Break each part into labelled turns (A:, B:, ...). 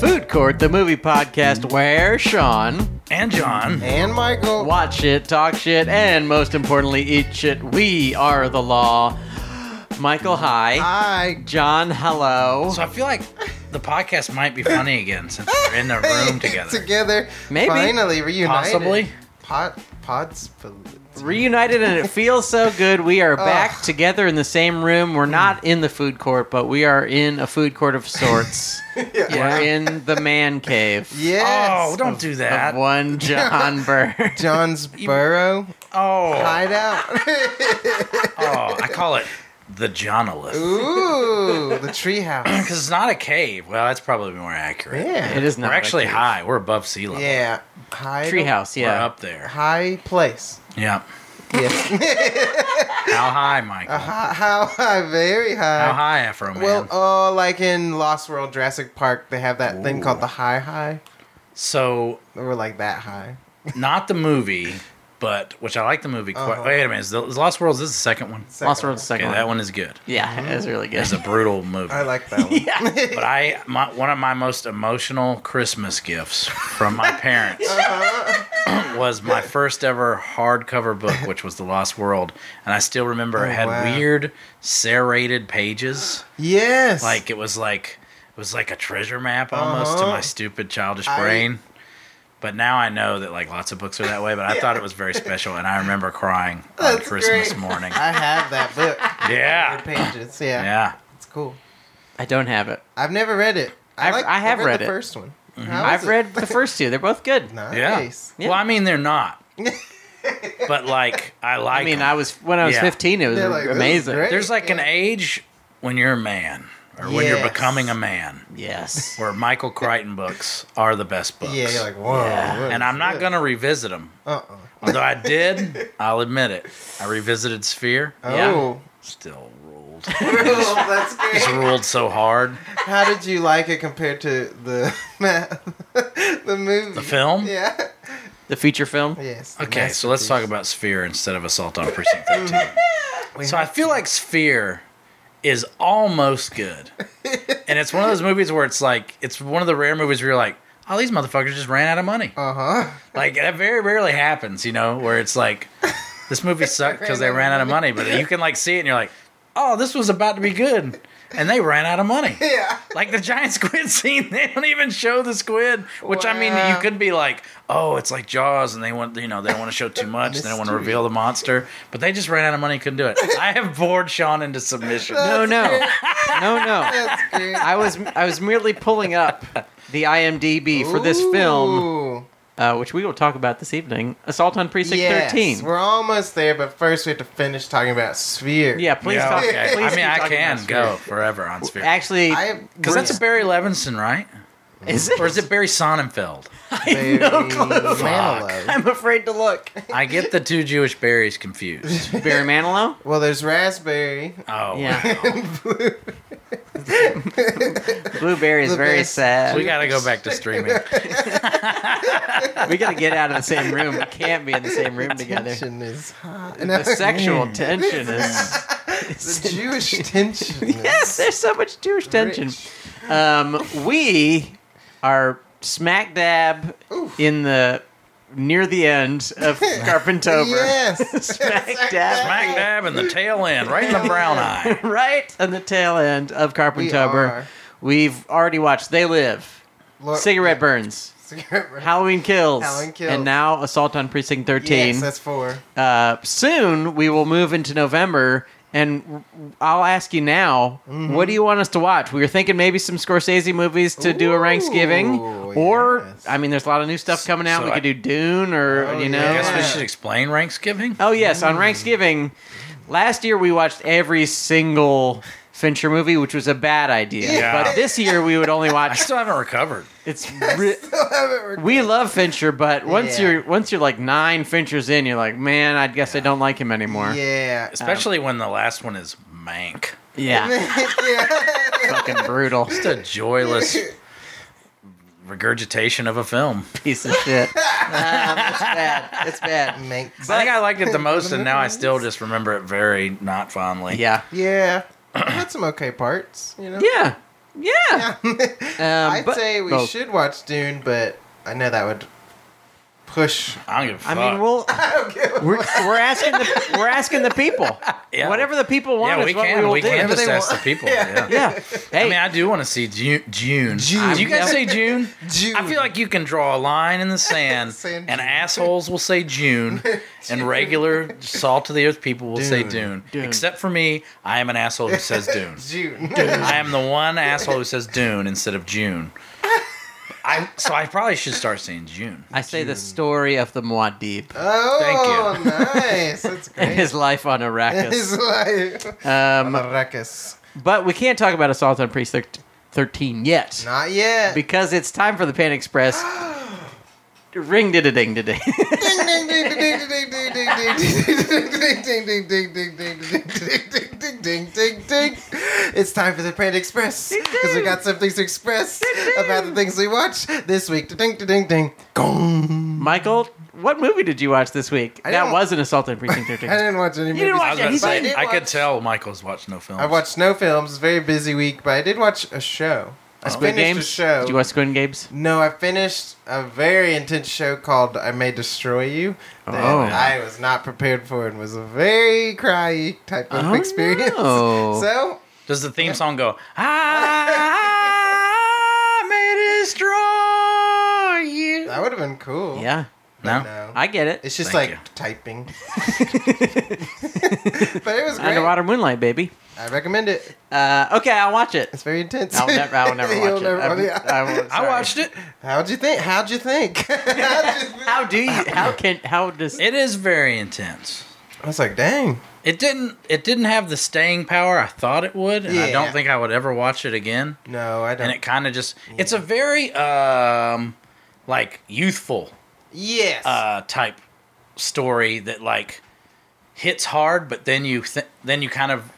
A: Food Court, the movie podcast where Sean
B: and John.
C: And Michael.
A: watch shit, talk shit, and most importantly, eat shit. We are the law. Michael, hi.
C: I
A: John, hello.
B: So I feel like the podcast might be funny again since we're in the room together.
C: together.
A: Maybe.
C: Finally reunited.
B: Possibly.
C: Pot, pots. pol-
A: Oh, Reunited and it feels so good. We are back
C: Ugh.
A: together in the same room. We're not in the food court, but we are in a food court of sorts. We're in the man cave.
C: Yes.
B: Oh, don't do
A: Of
B: that.
A: one John Bird.
C: John's Burrow
B: Oh,
C: hideout.
B: oh, I call it the Johnolith.
C: Ooh, the treehouse.
B: Because it's not a cave. Well, that's probably more accurate.
C: Yeah.
A: It is
B: We're
A: not.
B: actually
A: a cave.
B: high. We're above sea level.
C: Yeah. High.
A: Treehouse,
B: We're
A: yeah.
B: up there.
C: High place.
B: Yeah.
C: Yes.
B: How high, Michael?
C: how, how high? Very
B: How
C: high.
B: high, Afro Man?
C: Uh, Well, oh, like in Lost World Jurassic Park, they have that thing called the high high.
B: so,
C: Or like that high.
B: not the movie, but which I like the movie quite.
C: Uh-huh.
B: Wait a minute. Is the, is Lost Worlds this is the second one?
C: Second
A: Lost World's the
B: Okay,
A: second
B: that
A: one.
B: one is good.
A: Yeah, it's really good.
B: It's a brutal movie.
C: I like that one.
B: But I, my, one of my most emotional Christmas gifts from my parents
C: Uh-huh.
B: was my first ever hardcover book, which was The Lost World, and I still remember it
C: Oh,
B: had
C: wow.
B: weird serrated pages.
C: Yes.
B: Like it was like it was like a treasure map almost to
C: Uh-huh.
B: my stupid childish
C: I-
B: brain. But now I know that like lots of books are that way. But I thought it was very special, and I remember crying on
C: That's
B: Christmas
C: great.
B: morning.
C: I have that book.
B: Yeah,
C: Pages. Yeah.
B: yeah.
C: It's cool.
A: I don't have it.
C: I've never read it. I,
A: I've-
C: like,
A: I have
C: I
A: read
C: the
A: it.
C: first one. How is
A: I've
C: it?
A: read the first two. They're both good.
C: Nice.
A: Yeah.
B: Well, I mean, they're not. but like, I like.
A: I mean,
B: 'em.
A: I was when I was
B: Yeah.
A: 15. It was
C: They're like, this is
A: amazing.
C: great.
B: There's like an age when you're a man, or when you're
C: Yes.
B: becoming a man,
A: Yes.
B: where Michael Crichton books are the best books.
C: Yeah, you're like, whoa.
A: Yeah.
C: what
B: and
C: is
B: I'm not
C: this?
B: gonna revisit them.
C: Uh-uh.
B: Although I did, I'll admit it. I revisited Sphere.
A: Yeah.
C: Oh.
B: Still ruled.
C: Well, that's
B: It's
C: great.
B: ruled so hard.
C: How did you like it compared to the the movie?
B: The film.
C: Yeah.
A: the feature film.
C: Yes.
B: Okay, so let's talk about Sphere instead of Assault on Precinct 13. so I feel like Sphere is almost good. and it's one of those movies where it's like, it's one of the rare movies where you're like, oh, these motherfuckers just ran out of money.
C: Uh huh.
B: Like, that very rarely happens, you know, where it's like, this movie sucked because they ran out of money. But you can, like, see it and you're like, oh, this was about to be good. And they ran out of money.
C: Yeah.
B: Like the giant squid scene, they don't even show the squid. Which I mean, you
C: Wow.
B: could be like, oh, it's like Jaws, and they want you know they don't want to show too much, they don't want to
C: Mystery.
B: reveal the monster, but they just ran out of money, couldn't do it. I have bored Sean into submission.
A: No, no, no, no.
C: That's great.
A: I was I was merely pulling up the IMDb for this film,
C: Ooh.
A: uh, which we will talk about this evening. Assault on Precinct
C: Yes,
A: 13.
C: We're almost there, but first we have to finish talking about Sphere.
A: Yeah, please
B: Yeah,
A: talk.
B: okay.
A: Please
B: I mean,
A: keep
B: I
A: talking
B: can
A: about
B: go
A: Sphere.
B: forever on Sphere.
A: Actually,
C: I
B: because that's a Barry Levinson, right?
A: is it?
B: Or is it Barry Sonnenfeld?
C: very
A: no clue.
C: Manilow.
A: I'm afraid to look.
B: I get the two Jewish berries confused.
A: Barry Manilow.
C: Well, there's raspberry.
B: Oh,
A: Yeah. Blueberry is
C: The
A: very
C: best-
A: sad.
B: we got to go back to streaming.
A: We gotta get out of the same room. We can't be in the same room together.
C: Tension is high.
A: The sexual
B: Mm.
A: tension is
C: the Jewish tension. is-
A: yes. There's so much Jewish tension. Um, we are smack dab in the near the end of Carpentover.
C: Yes.
A: Smack dab,
B: Smack dab in the tail end, right in the brown eye.
A: right on the tail end of Carpentover.
C: are.
A: We've already watched They Live,
C: Lord-
A: Cigarette
C: yeah,
A: Burns,
C: Cigarette burn.
A: Halloween Kills,
C: Halloween Kills.
A: and now Assault on Precinct 13.
C: Yes, that's four.
A: uh, soon we will move into November, and I'll ask you now, what do you want us to watch? We were thinking maybe some Scorsese movies to do a Thanksgiving,
C: Ooh,
A: or
C: yes.
A: I mean, there's a lot of new stuff coming out.
B: So
A: we
B: I-
A: could do Dune, or
C: Oh,
A: you know, uh,
B: I
C: yeah.
B: guess we should explain Ranksgiving.
A: oh yes, on Thanksgiving last year we watched every single. Fincher movie, which was a bad idea,
B: Yeah.
A: but this year we would only
B: I
A: watch.
B: still haven't recovered.
A: It's re- we love Fincher, but once
C: Yeah.
A: you're once you're like nine Finchers in, you're like, man, I guess I don't like him anymore.
C: Yeah.
B: Especially when the last one is Mank.
A: yeah.
C: yeah.
A: fucking brutal
B: Just a joyless regurgitation of a film.
A: piece of shit. Um, it's bad. It's bad.
C: Manx.
B: I think I liked it the most, and now I still just remember it very not fondly.
A: Yeah.
C: Yeah. It had some okay parts, you know?
A: Yeah. Yeah. Um,
C: I'd
A: but-
C: say we
B: Oh,
A: well,
C: should watch Dune, but I know that would push.
B: I don't give a
A: I
B: fuck.
A: mean, we'll
C: I don't give a
A: we're, we're asking the we're asking the people.
B: Yeah.
A: Whatever the people want
B: yeah,
A: is
B: we
A: what
B: can.
A: we
B: We,
A: will do.
B: can
C: Whatever
B: just
C: they
B: ask the
C: want.
B: people. Yeah.
C: Yeah.
A: Yeah. Hey.
B: I mean, I do want to see June. June.
C: June.
B: Do you guys say June?
C: June.
B: I feel like you can draw a line in the sand,
C: Saying
B: and
C: June.
B: assholes will say June, and regular salt of the earth people will say
C: Dune.
B: Dune.
A: Dune.
B: Except for me, I am an asshole who says Dune.
C: June.
B: I am the one asshole who says Dune instead of June. I so I probably should start saying June.
A: I say the story of the Muad'Dib
C: oh,
B: Thank
C: nice. That's
A: and
C: great.
A: his life on Arrakis.
C: It's like
A: Um,
C: Maracas.
A: but we can't talk about Assault on Precinct 13 yet
C: Not yet.
A: because it's time for the Pan Express. Ring did a ding ding.
C: ding ding ding ding ding ding ding ding ding ding ding ding ding ding ding ding ding ding ding It's time for the Panda Express because we got some things to express about the things we watch this week. Ding ding ding ding. Gong.
A: Michael, what movie did you watch this week?
C: I
A: That
C: didn't-
A: was an Assault on Precinct
C: I
A: 13.
C: didn't watch any
A: didn't
C: movies.
A: watch
B: I was about to
A: He's
C: but I
B: say
C: did
B: I could
C: watch-
B: tell Michael's watched no films.
C: I watched no films. It's a very busy week, but I did watch a show. I
A: Squid
C: finished a
A: Games?
C: show.
A: Did you watch Squid Games?
C: No, I finished a very intense show called "I May Destroy You" that
A: Oh.
C: I was not prepared for, and was a very cryy type of
A: Oh,
C: experience.
A: no.
C: So
B: Does the theme song go? I may destroy you.
C: that would have been cool.
A: Yeah.
B: No.
C: No.
A: I get it.
C: it's just
B: Thank
C: like
B: you.
C: typing, but it was great.
A: Underwater Moonlight, baby.
C: I recommend it.
A: Uh, okay, I'll watch it.
C: It's very intense.
A: I'll never, I will never
C: You'll
A: watch it.
C: never-
A: I'm-
C: yeah.
A: I will-
B: I
A: sorry.
B: watched it.
C: How'd you think? How'd you think? How'd you think?
A: How do you? How can? How does?
B: It is very intense.
C: I was like, dang.
B: It didn't. It didn't have the staying power I thought it would, and I
C: Yeah.
B: don't think I would ever watch it again.
C: No, I don't.
B: And it kind of just. It's a very um, like youthful
C: yes.
B: uh type story that like hits hard, but then you th- then you kind of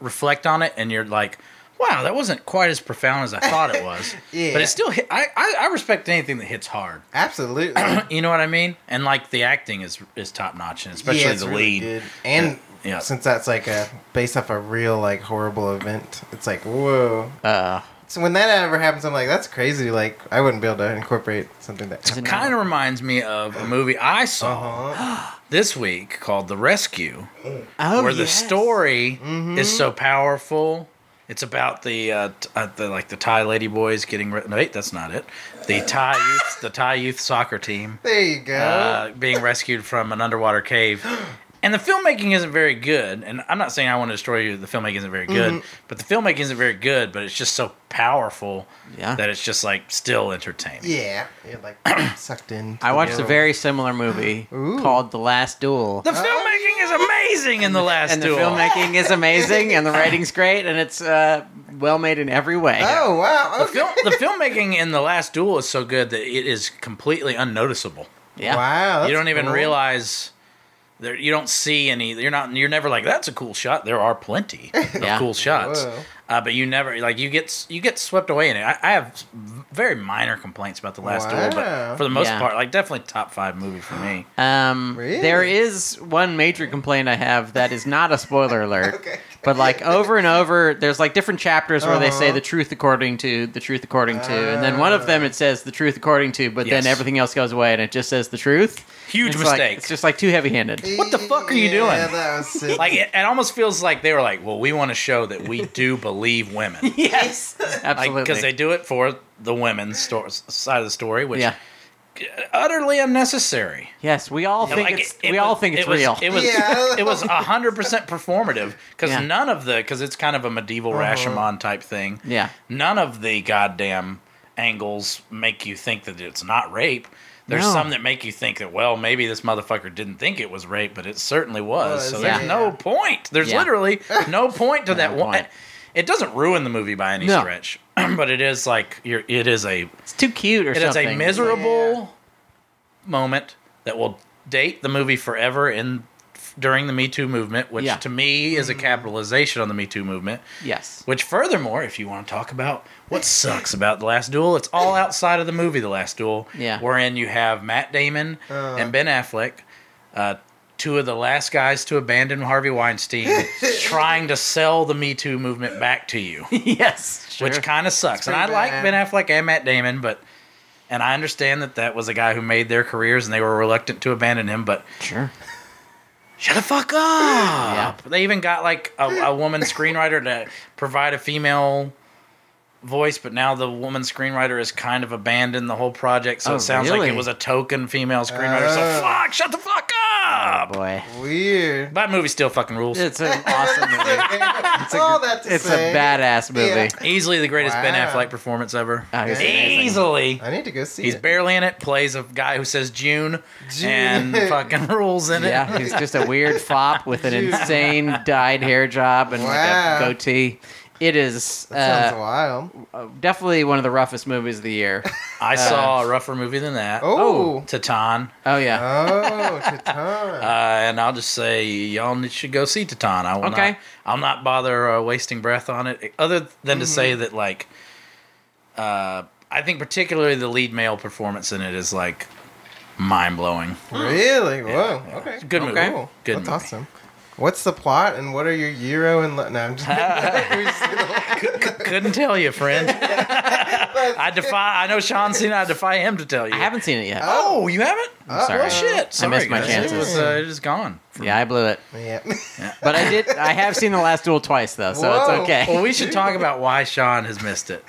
B: reflect on it and you're like. Wow, that wasn't quite as profound as I thought it was.
C: Yeah.
B: But it still hit. I, I, I respect anything that hits hard.
C: Absolutely.
B: You know what I mean? And like the acting is is top notch, and especially
C: Yeah, it's
B: the
C: really
B: lead.
C: good. And
B: Yeah. Yeah.
C: since that's like a based off a real like horrible event, it's like whoa.
A: Uh,
C: So when that ever happens, I'm like, that's crazy. Like I wouldn't be able to incorporate something that.
A: it-
B: Kind of reminds me of a movie I saw
C: Uh-huh.
B: this week called The Rescue,
A: oh,
B: where the
A: yes. Mm-hmm.
B: story is so powerful. It's about the uh, t- uh, the like the Thai lady boys getting re- no, wait, that's not it. The Thai youth, the Thai youth soccer team
C: There you go.
B: uh,
A: Oh.
B: being rescued from an underwater cave. And the filmmaking isn't very good. And I'm not saying I want to destroy you. The filmmaking isn't very good,
A: Mm-hmm.
B: but the filmmaking isn't very good. But it's just so powerful
A: Yeah.
B: that it's just like still entertaining.
C: yeah, you're like sucked in.
A: I watched a
C: world.
A: very similar movie
C: Ooh.
A: called The Last Duel.
B: The filmmaking is amazing in the last
A: and the
B: duel.
A: filmmaking is amazing, and the writing's great, and it's uh, well made in every way.
C: Oh wow!
B: the,
C: Okay.
B: film, the filmmaking in the last duel is so good that it is completely unnoticeable.
A: yeah.
C: Wow.
B: you
C: that's
B: don't even
C: cool.
B: realize there. You don't see any. You're not. You're never like that's a cool shot. There are plenty of
A: Yeah.
B: cool shots,
C: Whoa.
B: uh, but you never like you get s- you get swept away in it. I, I have very minor complaints about the last duel,
C: Wow.
B: but for the most
A: Yeah.
B: part, like definitely top five movie for me.
A: Um,
C: Really?
A: There is one major complaint I have that is not a spoiler alert,
C: Okay.
A: but like over and over, there's like different chapters where they say
C: Uh-huh.
A: the truth according to, the truth according to, and then one of them it says the truth according to, but then
B: Yes.
A: everything else goes away and it just says the truth.
B: Huge
A: It's like-
B: mistake.
A: it's just like too heavy handed.
B: What the fuck are you
C: yeah,
B: doing?
C: That was sick.
B: like it, it almost feels like they were like, well, we want to show that we do believe women.
A: yes, absolutely.
B: because they do it for the women's sto- side of the story, which
A: yeah.
B: utterly unnecessary.
A: Yes, we all think
B: Like,
A: it's
B: it- it
A: we all
B: was-
A: think it's
B: it was,
A: real.
B: It was
C: Yeah.
B: it was hundred percent performative because
A: Yeah. Uh-huh.
B: none of the because it's kind of a medieval Rashomon type thing.
A: yeah.
B: None of the goddamn angles make you think that it's not rape. There's
A: No.
B: some that make you think that well maybe this motherfucker didn't think it was rape, but it certainly was.
C: Was,
B: so
A: yeah.
B: there's no point. There's
A: Yeah.
B: literally no point to that one.
A: point.
B: It doesn't ruin the movie by any
A: No.
B: stretch, but it is like you're, it is a
A: It's too cute or
B: it is
A: something.
B: a miserable moment that will date the movie forever in during the Me Too movement, which
A: Yeah.
B: to me is a capitalization on the Me Too movement.
A: Yes.
B: Which, furthermore, if you want to talk about what sucks about The Last Duel, it's all outside of the movie The Last Duel,
A: Yeah.
B: wherein you have Matt Damon and Ben Affleck, uh, two of the last guys to abandon Harvey Weinstein, trying to sell the Me Too movement back to you,
A: yes, sure.
B: which kind of sucks. And I
C: pretty
B: like
C: bad.
B: Ben Affleck and Matt Damon, but and I understand that that was a guy who made their careers and they were reluctant to abandon him, but
A: sure.
B: shut the fuck up. They even got like a, a woman screenwriter to provide a female voice, but now the woman screenwriter has kind of abandoned the whole project, so
A: Oh,
B: it sounds
A: really?
B: like it was a token female screenwriter.
C: Oh.
B: so fuck, shut the fuck up.
A: Oh, Boy,
C: Weird.
B: that movie still fucking rules.
A: it's an awesome movie.
C: It's All that to
A: It's
C: say,
A: a badass movie.
C: Yeah.
B: Easily the greatest Ben
C: Wow.
B: Affleck performance ever.
A: Oh, he's amazing.
B: Easily.
C: I need to go see
B: He's
C: it.
B: barely in it, plays a guy who says June,
C: June.
B: and fucking rules in it.
A: Yeah, he's just a weird fop with an insane dyed hair job and
C: Wow.
A: like a goatee. It is
C: That sounds
A: uh,
C: wild.
A: definitely one of the roughest movies of the year.
B: I saw a rougher movie than that.
C: Oh.
B: Titan.
A: Oh yeah,
C: Oh, Titan.
B: Uh, and I'll just say y'all should go see Titan. I will
A: Okay.
B: not. I'll not bother uh, wasting breath on it, other than to say that like, uh, I think particularly the lead male performance in it is like mind blowing.
C: Really? Whoa. Okay. Oh,
B: Good
A: Okay.
B: movie. Good
C: That's
B: movie.
C: awesome. What's the plot and what are your euro and lo- no? I'm just
B: Couldn't tell you, friend. I defy. I know Sean's seen. it, I defy him to tell you.
A: I haven't seen it yet.
B: Oh, you haven't?
C: Uh,
A: sorry.
B: Well, shit.
A: I
B: Sorry,
A: missed my
B: guys.
A: chances.
B: It was, uh, it is gone.
A: Yeah, I blew it.
C: yeah.
A: But I did. I have seen the Last Duel twice though, so
C: Whoa. Oh.
A: it's okay.
B: Well, we should talk about why Sean has missed it.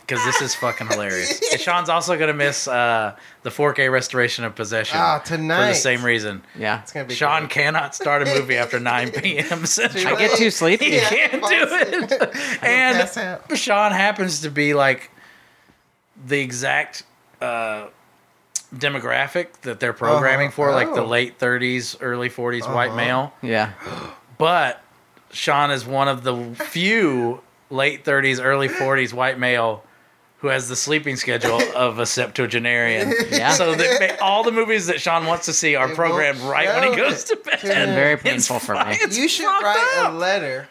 B: Because this is fucking hilarious. And Sean's also going to miss uh, the 4K restoration of Possession
C: Ah,
B: for
C: tonight.
B: the same reason.
A: Yeah,
C: It's gonna be
B: Sean
C: great.
B: cannot start a movie after 9 p.m. Central.
A: I get too sleepy.
B: he
C: Yeah.
B: can't do it.
C: pass out.
B: And Sean happens to be like the exact uh, demographic that they're programming
C: Uh-huh.
B: for, like the
C: Oh.
B: late 30s, early 40s white
C: Uh-huh.
B: male.
A: Yeah,
B: But Sean is one of the few late 30s, early 40s white male who has the sleeping schedule of a septuagenarian.
A: Yeah.
B: So that ma- all the movies that Sean wants to see are
C: won't
B: programmed right when he
C: show
B: goes to bed.
A: and very painful
B: It's
A: for
B: fine.
A: me.
B: It's
C: You should
B: fucked
C: write
B: up.
C: a letter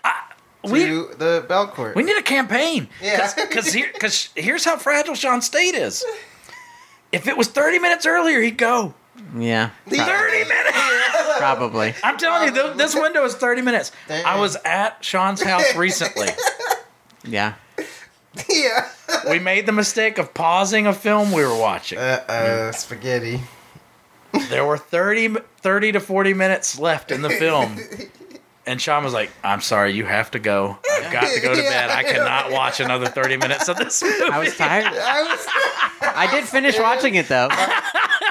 C: to
B: We,
C: the Bell Court.
B: we need a campaign.
C: Yeah.
B: Because here, 'cause here's how fragile Sean's state is. If it was 30 minutes earlier, he'd go.
A: Yeah,
B: 30 minutes!
A: probably.
B: I'm telling you, th- this window is 30 minutes.
C: Dang.
B: I was at Sean's house recently.
A: Yeah,
C: yeah.
B: we made the mistake of pausing a film we were watching.
C: Uh oh, spaghetti.
B: There were 30, m- 30 to 40 minutes left in the film. And Sean was like, I'm sorry, you have to go. I've got to go to bed. I cannot watch another 30 minutes of this movie.
A: I was tired.
C: I was.
A: I did finish watching it though.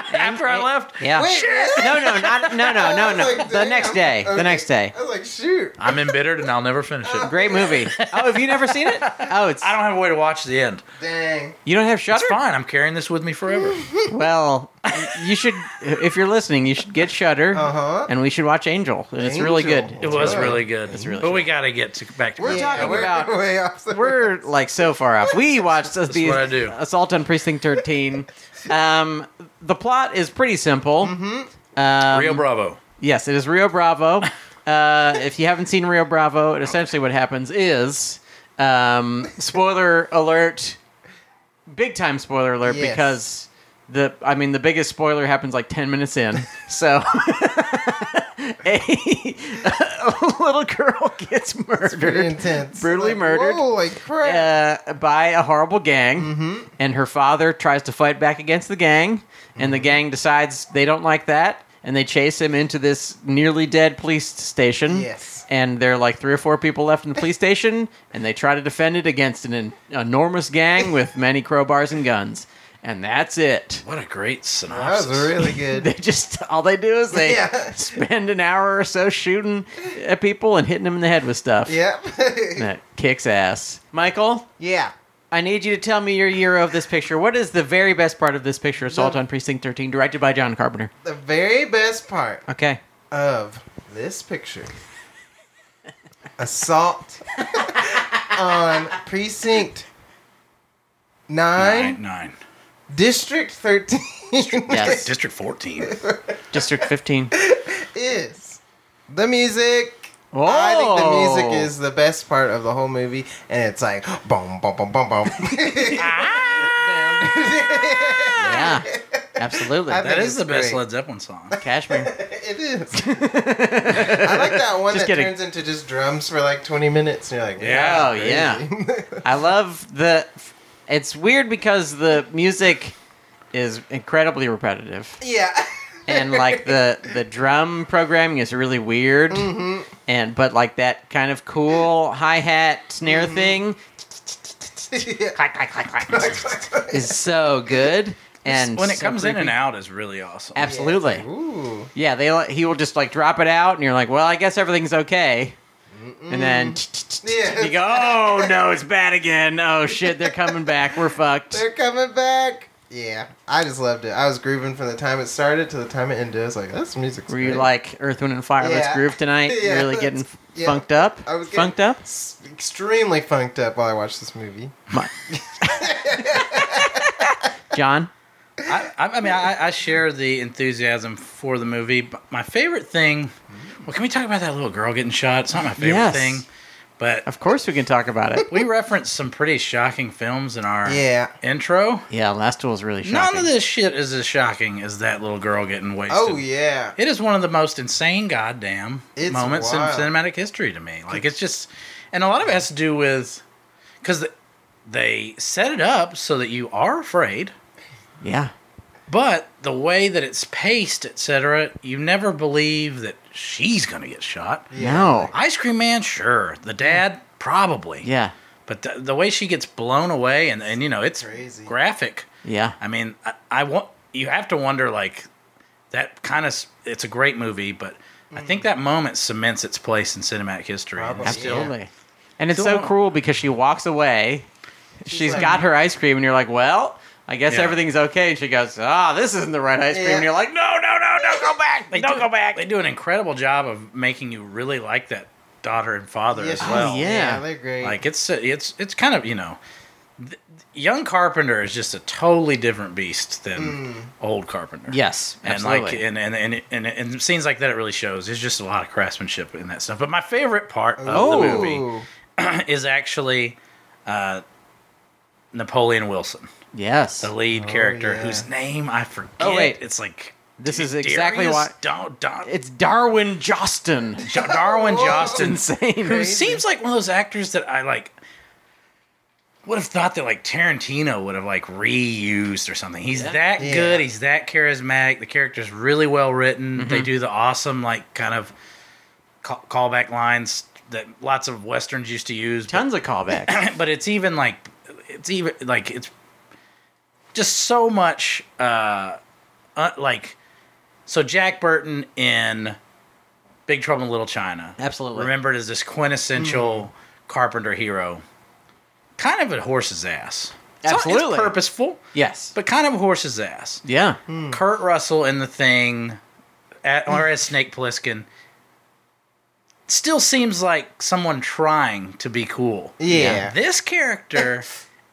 B: After I left,
A: Yeah.
C: Wait, really?
A: No, no, not no, no,
C: I
A: no,
C: was
A: no.
C: like,
A: The next day.
C: damn.
A: The next day.
C: I was like, shoot.
B: I'm embittered and I'll never finish it.
A: Great movie. Oh, have you never seen it? Oh, it's
B: I don't have a way to watch the end.
C: Dang.
A: you don't have Shutter.
B: It's fine. I'm carrying this with me forever.
A: Well, you should if you're listening, you should get Shutter,
C: Uh huh.
A: and we it. we should watch Angel. And It's really
C: Angel.
A: good.
B: It
C: It's
B: was
C: really-
B: really good. It's
A: really
B: but we got to get to back to
A: We're
B: business.
A: talking
C: we're
A: about-
C: way off. the-
A: We're like so far off. We watched the
B: what I do.
A: Assault on Precinct 13. Um, the plot is pretty simple. Mm-hmm. Um,
B: Rio Bravo.
A: Yes, it is Rio Bravo. Uh, if you haven't seen Rio Bravo, it essentially what happens is um, spoiler alert, big time spoiler alert
C: Yes.
A: because the I mean the biggest spoiler happens like ten minutes in. So a, a little girl gets
C: Pretty
A: murdered.
C: intense.
A: Brutally
C: Like,
A: murdered.
C: Holy crap.
A: Uh, by a horrible gang,
C: Mm-hmm.
A: and her father tries to fight back against the gang, and
C: Mm-hmm.
A: the gang decides they don't like that, and they chase him into this nearly dead police station.
C: Yes.
A: And there are like three or four people left in the police station, and they try to defend it against an en- enormous gang with many crowbars and guns. And that's it.
B: What a great
C: That
B: synopsis.
C: was really
A: They
C: good.
A: just, all they do is they
C: Yeah.
A: spend an hour or so shooting at people and hitting them in the head with stuff.
C: yep.
A: And it kicks ass. Michael?
C: yeah.
A: I need you to tell me your year of this picture. What is the very best part of this picture, Assault on Precinct 13, directed by John Carpenter?
C: The very best part
A: Okay.
C: of this picture assault on precinct
B: Nine,
C: 9
B: nine.
C: district 13
A: Yes.
B: District 14.
A: District 15.
C: is the music I think the
A: Oh.
C: music is the best part of the whole movie, and it's like
A: Ah!
C: boom, boom, boom, boom, boom.
A: Yeah. Absolutely.
C: I
B: That
C: think
B: is the
C: it's
B: best
C: great.
B: Led Zeppelin song.
A: Cashmere.
C: It is. I like that one
A: Just
C: that
A: kidding.
C: turns into just drums for like 20 minutes. And you're like,
B: Yeah,
A: Oh yeah. I love the. It's weird because the music is incredibly repetitive,
C: yeah.
A: and like the the drum programming is really weird, and but like that kind of cool hi hat snare thing
C: yeah.
A: is so good. And
B: when it
A: so
B: comes in and
A: creepy.
B: out is really awesome.
A: absolutely.
C: Ooh.
A: Yeah, they li- he will just like drop it out, and you're like, well, I guess everything's okay. And then
C: Yeah.
A: you go, oh no, it's bad again. Oh shit, they're coming back. We're fucked.
C: They're coming back. Yeah. I just loved it. I was grooving from the time it started to the time it ended. I was like, this music's
A: Were you
C: great.
A: like Earth, Wind, and Fire? Let's
C: Yeah.
A: groove tonight.
C: Yeah,
A: really getting
C: that's- yeah.
A: funked up.
C: I was getting-
A: funked up.
C: S- extremely funked up while I watched this movie.
A: My- John,
B: I, I I mean, I, I share the enthusiasm for the movie. But my favorite thing, well, can we talk about that little girl getting shot? It's not my favorite
A: Yes.
B: thing, but
A: of course we can talk about it.
B: we referenced some pretty shocking films in our
C: Yeah.
B: intro.
A: Yeah, last duel was really shocking.
B: None of this shit is as shocking as that little girl getting wasted.
C: Oh, yeah.
B: It is one of the most insane goddamn
C: It's
B: moments
C: wild.
B: in cinematic history to me. Like it's just, and a lot of it has to do with because they set it up so that you are afraid,
A: yeah,
B: but the way that it's paced, etc., you never believe that she's gonna get shot.
C: Yeah.
A: no,
B: Ice Cream Man, sure. The dad, probably.
A: yeah,
B: But the, the way she gets blown away, and and you know it's
C: Crazy.
B: graphic.
A: yeah,
B: I mean, I, I want you have to wonder like that kind of. It's a great movie, but I think that moment cements its place in cinematic history. And
C: Mm. Probably.
B: it's still-
A: absolutely. And it's
B: Still
A: so
B: don't-
A: cruel because she walks away. She's
C: like-
A: got her ice cream, and you're like, well. I guess
B: Yeah.
A: everything's okay. And she goes, ah, this isn't the right ice cream.
C: Yeah.
A: And you're like, no, no, no, no, go back.
B: They
A: don't
B: do,
A: go back.
B: They do an incredible job of making you really like that daughter and father
C: Yes,
B: as
C: you
B: well.
A: Oh,
C: do.
A: yeah.
C: they're great.
B: Like it's it's it's kind of you know, th- young Carpenter is just a totally different beast than old Carpenter.
A: Yes,
B: and like
A: absolutely.
B: and and, and and and scenes like that it really shows. There's just a lot of craftsmanship in that stuff. But my favorite part
A: Oh.
B: of the movie is actually uh, Napoleon Wilson,
A: yes.
B: the lead character,
C: yeah.
B: whose name I forget.
A: Oh, wait.
B: it's like
A: This is exactly
B: Darius
A: why-
B: Don, Don,
A: It's Darwin Jostin.
B: Jo- Darwin
A: Oh.
C: Whoa.
B: Johnston, who
A: Insane.
C: Crazy.
B: seems like one of those actors that I like. Would have thought that like Tarantino would have like reused or something. He's that
C: Yeah.
B: good. He's that charismatic. The character's really well written. They do the awesome like kind of call- callback lines that lots of westerns used to use. but
A: Tons of callbacks.
B: but it's even like it's even like it's just so much uh, uh like so jack burton in big trouble in little china
A: Absolutely. Mm-hmm.
B: remembered as this quintessential carpenter hero kind of a horse's ass It's not-
A: Absolutely.
B: it's purposeful
A: Yes.
B: but kind of a horse's ass
A: yeah.
B: kurt russell in the thing at,
A: Mm.
B: or as snake Plissken still seems like someone trying to be cool
C: yeah.
B: this character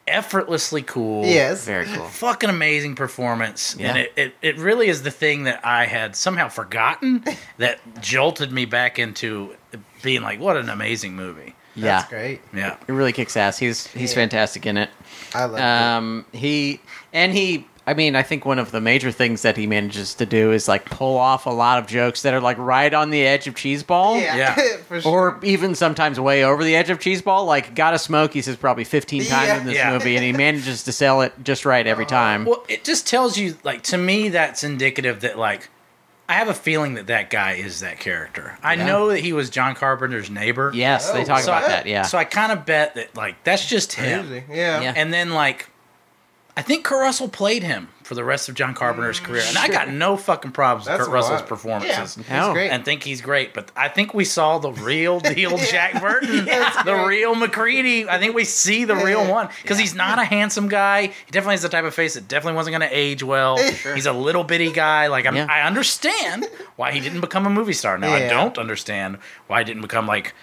B: effortlessly cool
C: Yes.
A: Very cool.
B: fucking amazing performance and
A: Yeah.
B: it, it, it really is the thing that i had somehow forgotten that jolted me back into being like what an amazing movie
A: yeah.
C: That's great.
B: yeah
A: It really kicks ass. He's he's
C: Yeah.
A: fantastic in it.
C: I love it.
A: Um he and he I mean, I think one of the major things that he manages to do is like pull off a lot of jokes that are like right on the edge of cheeseball.
C: Yeah.
B: yeah.
C: for sure.
A: Um, Or even sometimes way over the edge of cheeseball. Like Gotta Smoke, he says probably fifteen times
C: Yeah. Oh.
A: in this
B: Yeah.
A: movie and he manages to sell it just right every time.
B: well it just tells you like to me that's indicative that like i have a feeling that that guy is that character i
A: Yeah.
B: know that he was john carpenter's neighbor
A: yes, they
C: Oh,
A: talk
C: so
A: about
C: I-
A: that, yeah.
B: so i kind of bet that like that's just him
C: Crazy. Yeah.
A: Yeah.
B: And then like I think Kurt Russell played him for the rest of John Carpenter's career. And I got no fucking problems with
C: Mm, That's
B: Kurt Russell's
C: wild.
B: performances.
C: Yeah.
A: No.
C: That's great.
B: And think he's great, but I think we saw the real deal Jack Burton,
C: That's
B: the
C: great.
B: real McCready. I think we see the real one because he's not a handsome guy. He definitely has the type of face that definitely wasn't going to age well. He's a little bitty guy. Like I'm,
A: Yeah.
B: I understand why he didn't become a movie star. Now I
C: Yeah.
B: don't understand why he didn't become like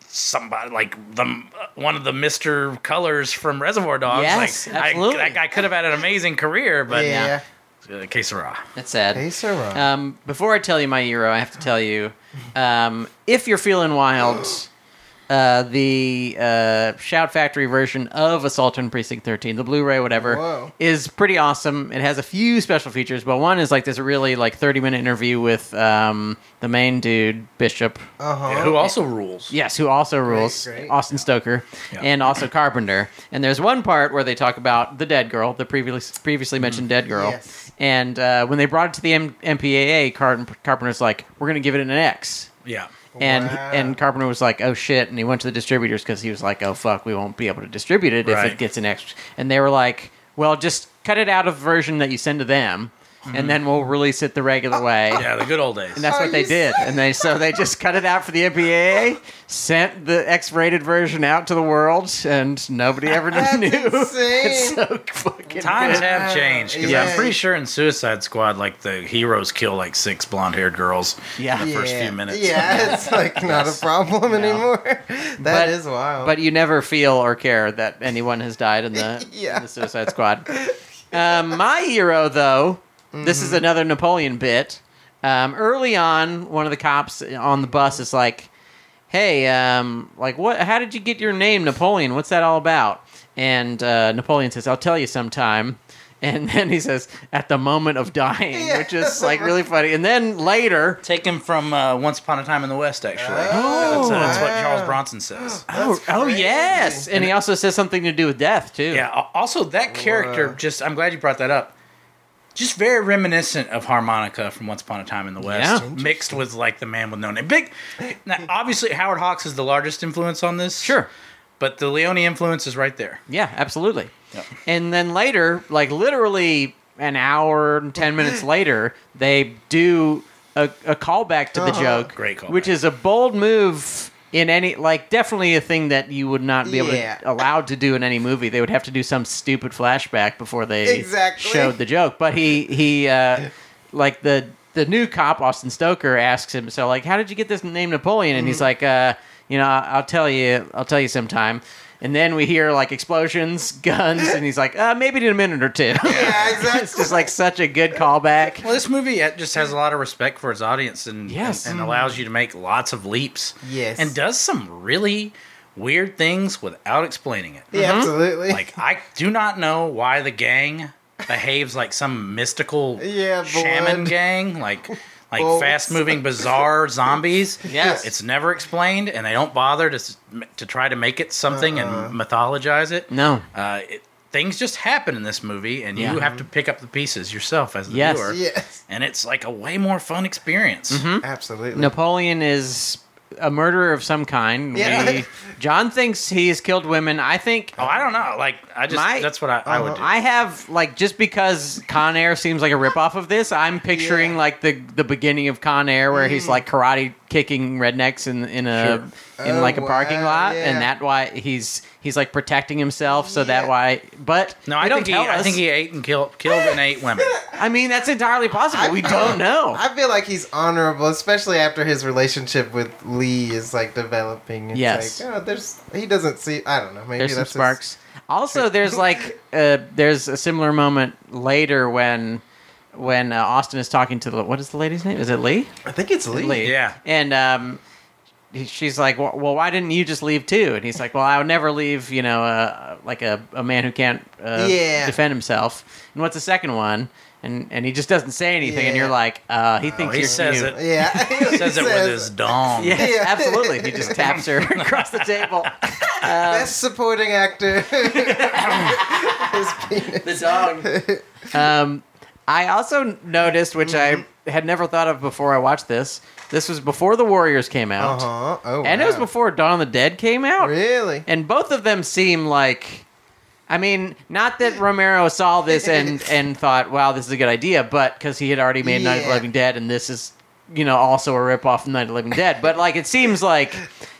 B: somebody like the uh, one of the Mister Colors from Reservoir Dogs.
A: Yes,
B: like, I-
A: absolutely.
B: that guy could have had an amazing career, but
C: yeah.
A: yeah.
B: uh, que sera.
A: That's sad.
C: Hey, Sarah.
A: Um, before I tell you my euro, I have to tell you um, if you're feeling wild, uh, the uh, Shout Factory version of Assault on Precinct 13, the Blu-ray, whatever,
C: Whoa.
A: is pretty awesome. It has a few special features, but one is like this really like 30 minute interview with um, the main dude Bishop,
C: Uh
A: Oh,
C: huh.
B: Yeah, who also rules.
A: yes, who also rules
C: great.
A: Austin Stoker
B: Yeah.
A: and also Carpenter. And there's one part where they talk about the dead girl, the previously previously mentioned dead girl.
C: Yes.
A: And uh, when they brought it to the M- MPAA, Car- Carpenter's like, "We're going to give it an X."
B: Yeah.
A: And
C: Wow.
A: and Carpenter was like, "Oh shit!" And he went to the distributors because he was like, "Oh fuck, we won't be able to distribute it if
B: Right.
A: it gets an X." And they were like, "Well, just cut it out of the version that you send to them, and then we'll release it the regular way."
B: Yeah, the good old days.
A: And that's
C: Are
A: what they
C: you
A: did. And they so they just cut it out for the MPAA, sent the X-rated version out to the world, and nobody ever
C: That's
A: knew. It's
C: insane.
A: so fucking
B: Times
A: good.
B: have changed. 'cause
A: Yeah.
B: I'm pretty sure in Suicide Squad, like the heroes kill like six blonde haired girls
A: Yeah.
B: in the first few minutes.
C: Yeah, it's like not a problem anymore. That is
A: But-
C: wild.
A: But you never feel or care that anyone has died in the,
C: Yeah.
A: in the Suicide Squad. Um, my hero, though, this
C: Mm-hmm.
A: is another Napoleon bit. Um, early on, one of the cops on the bus is like, "Hey, um, like, what? How did you get your name, Napoleon? What's that all about?" And uh, Napoleon says, "I'll tell you sometime." And then he says, "At the moment of dying,"
C: Yeah.
A: which is like really funny. And then later,
B: Taken from uh, Once Upon a Time in the West, actually. that's,
C: Oh,
B: uh, that's what
C: wow.
B: Charles Bronson says.
A: oh, oh
C: crazy.
A: yes, and he also says something to do with death too.
B: Yeah. al- Also, that character
C: Wow.
B: just, I'm glad you brought that up. Just very reminiscent of Harmonica from Once Upon a Time in the West,
A: Yeah.
B: mixed with like the man with no name. Big. Now, obviously, Howard Hawks is the largest influence on this.
A: sure.
B: But the Leone influence is right there.
A: Yeah, absolutely.
B: Yep.
A: And then later, like literally an hour and 10 minutes later, they do a, a callback to the
C: Uh-huh.
A: joke.
B: Great callback.
A: Which is a bold move in any, like, definitely a thing that you would not be able
C: Yeah.
A: to, allowed to do in any movie. They would have to do some stupid flashback before they
C: Exactly.
A: showed the joke. But he, he, uh, like, the, the new cop, Austin Stoker, asks him, so, like, how did you get this name Napoleon? And he's
C: Mm-hmm.
A: like, uh, you know, I- I'll tell you, I'll tell you sometime. And then we hear like explosions, guns, and he's like, uh, maybe in a minute or two.
C: yeah, exactly.
A: it's just like such a good callback.
B: Well, this movie uh, just has a lot of respect for its audience and
A: Yes.
B: and, and allows you to make lots of leaps.
C: Yes.
B: and does some really weird things without explaining it.
C: yeah, absolutely.
B: Like I do not know why the gang behaves like some mystical
C: Yeah,
B: shaman
C: blood.
B: gang, like like
C: Bolts.
B: fast moving bizarre zombies.
A: Yes.
B: it's never explained, and they don't bother to s- to try to make it something
A: Uh-huh.
B: and mythologize it.
A: No.
B: uh, it, things just happen in this movie, and
A: Yeah.
B: you have to pick up the pieces yourself as the
A: Yes.
B: viewer
C: yes,
B: and it's like a way more fun experience.
A: Mm-hmm.
C: absolutely.
A: Napoleon is a murderer of some kind.
C: Yeah.
A: We, John thinks he has killed women. I think
B: Oh, I don't know. Like I just
A: My-
B: that's what I, I would do.
A: I have like just because Con Air seems like a ripoff of this, I'm picturing
C: Yeah.
A: like the the beginning of Con Air where he's like karate kicking rednecks in in a in
C: Oh,
A: like a parking
C: wow,
A: lot,
C: yeah.
A: and that why he's he's like protecting himself, so that
C: Yeah.
A: why. But
B: no,
A: they
B: I
A: don't
B: think he,
A: tell
B: I
A: us.
B: think he ate and killed killed and ate women.
A: I mean, that's entirely possible. we don't know.
C: I feel like he's honorable, especially after his relationship with Lee is like developing. It's
A: Yes.
C: like, oh, there's he doesn't see. I don't know. Maybe
A: there's some
C: that's his-
A: sparks. Also, there's like uh, there's a similar moment later when when uh, Austin is talking to the what is the lady's name? Is it Lee?
C: I think it's Lee.
A: leave.
B: Yeah.
A: And um, he- she's like, well, well, why didn't you just leave too? And he's like, well, I would never leave, you know, uh, like a, a man who can't uh,
C: Yeah.
A: defend himself. And what's the second one? And and he just doesn't say anything. And
C: Yeah.
A: you're like, uh, he thinks
B: Oh, he
A: you're
B: says
A: cute.
B: it.
C: Yeah,
B: He says it with his dong.
A: Yes,
C: Yeah.
A: absolutely. He just taps her across the table. Um,
C: best supporting actor. his penis.
A: the dog. Um, I also noticed, which
C: Mm-hmm.
A: I had never thought of before I watched this. This was before the Warriors came
C: Uh
A: out,
C: huh. Oh,
A: and it was
C: wow.
A: before Dawn of the Dead came out.
C: Really?
A: and both of them seem like i mean not that romero saw this and and thought wow this is a good idea but because he had already made night of the
C: Yeah.
A: living dead and this is you know also a ripoff of night of the living dead but like it seems like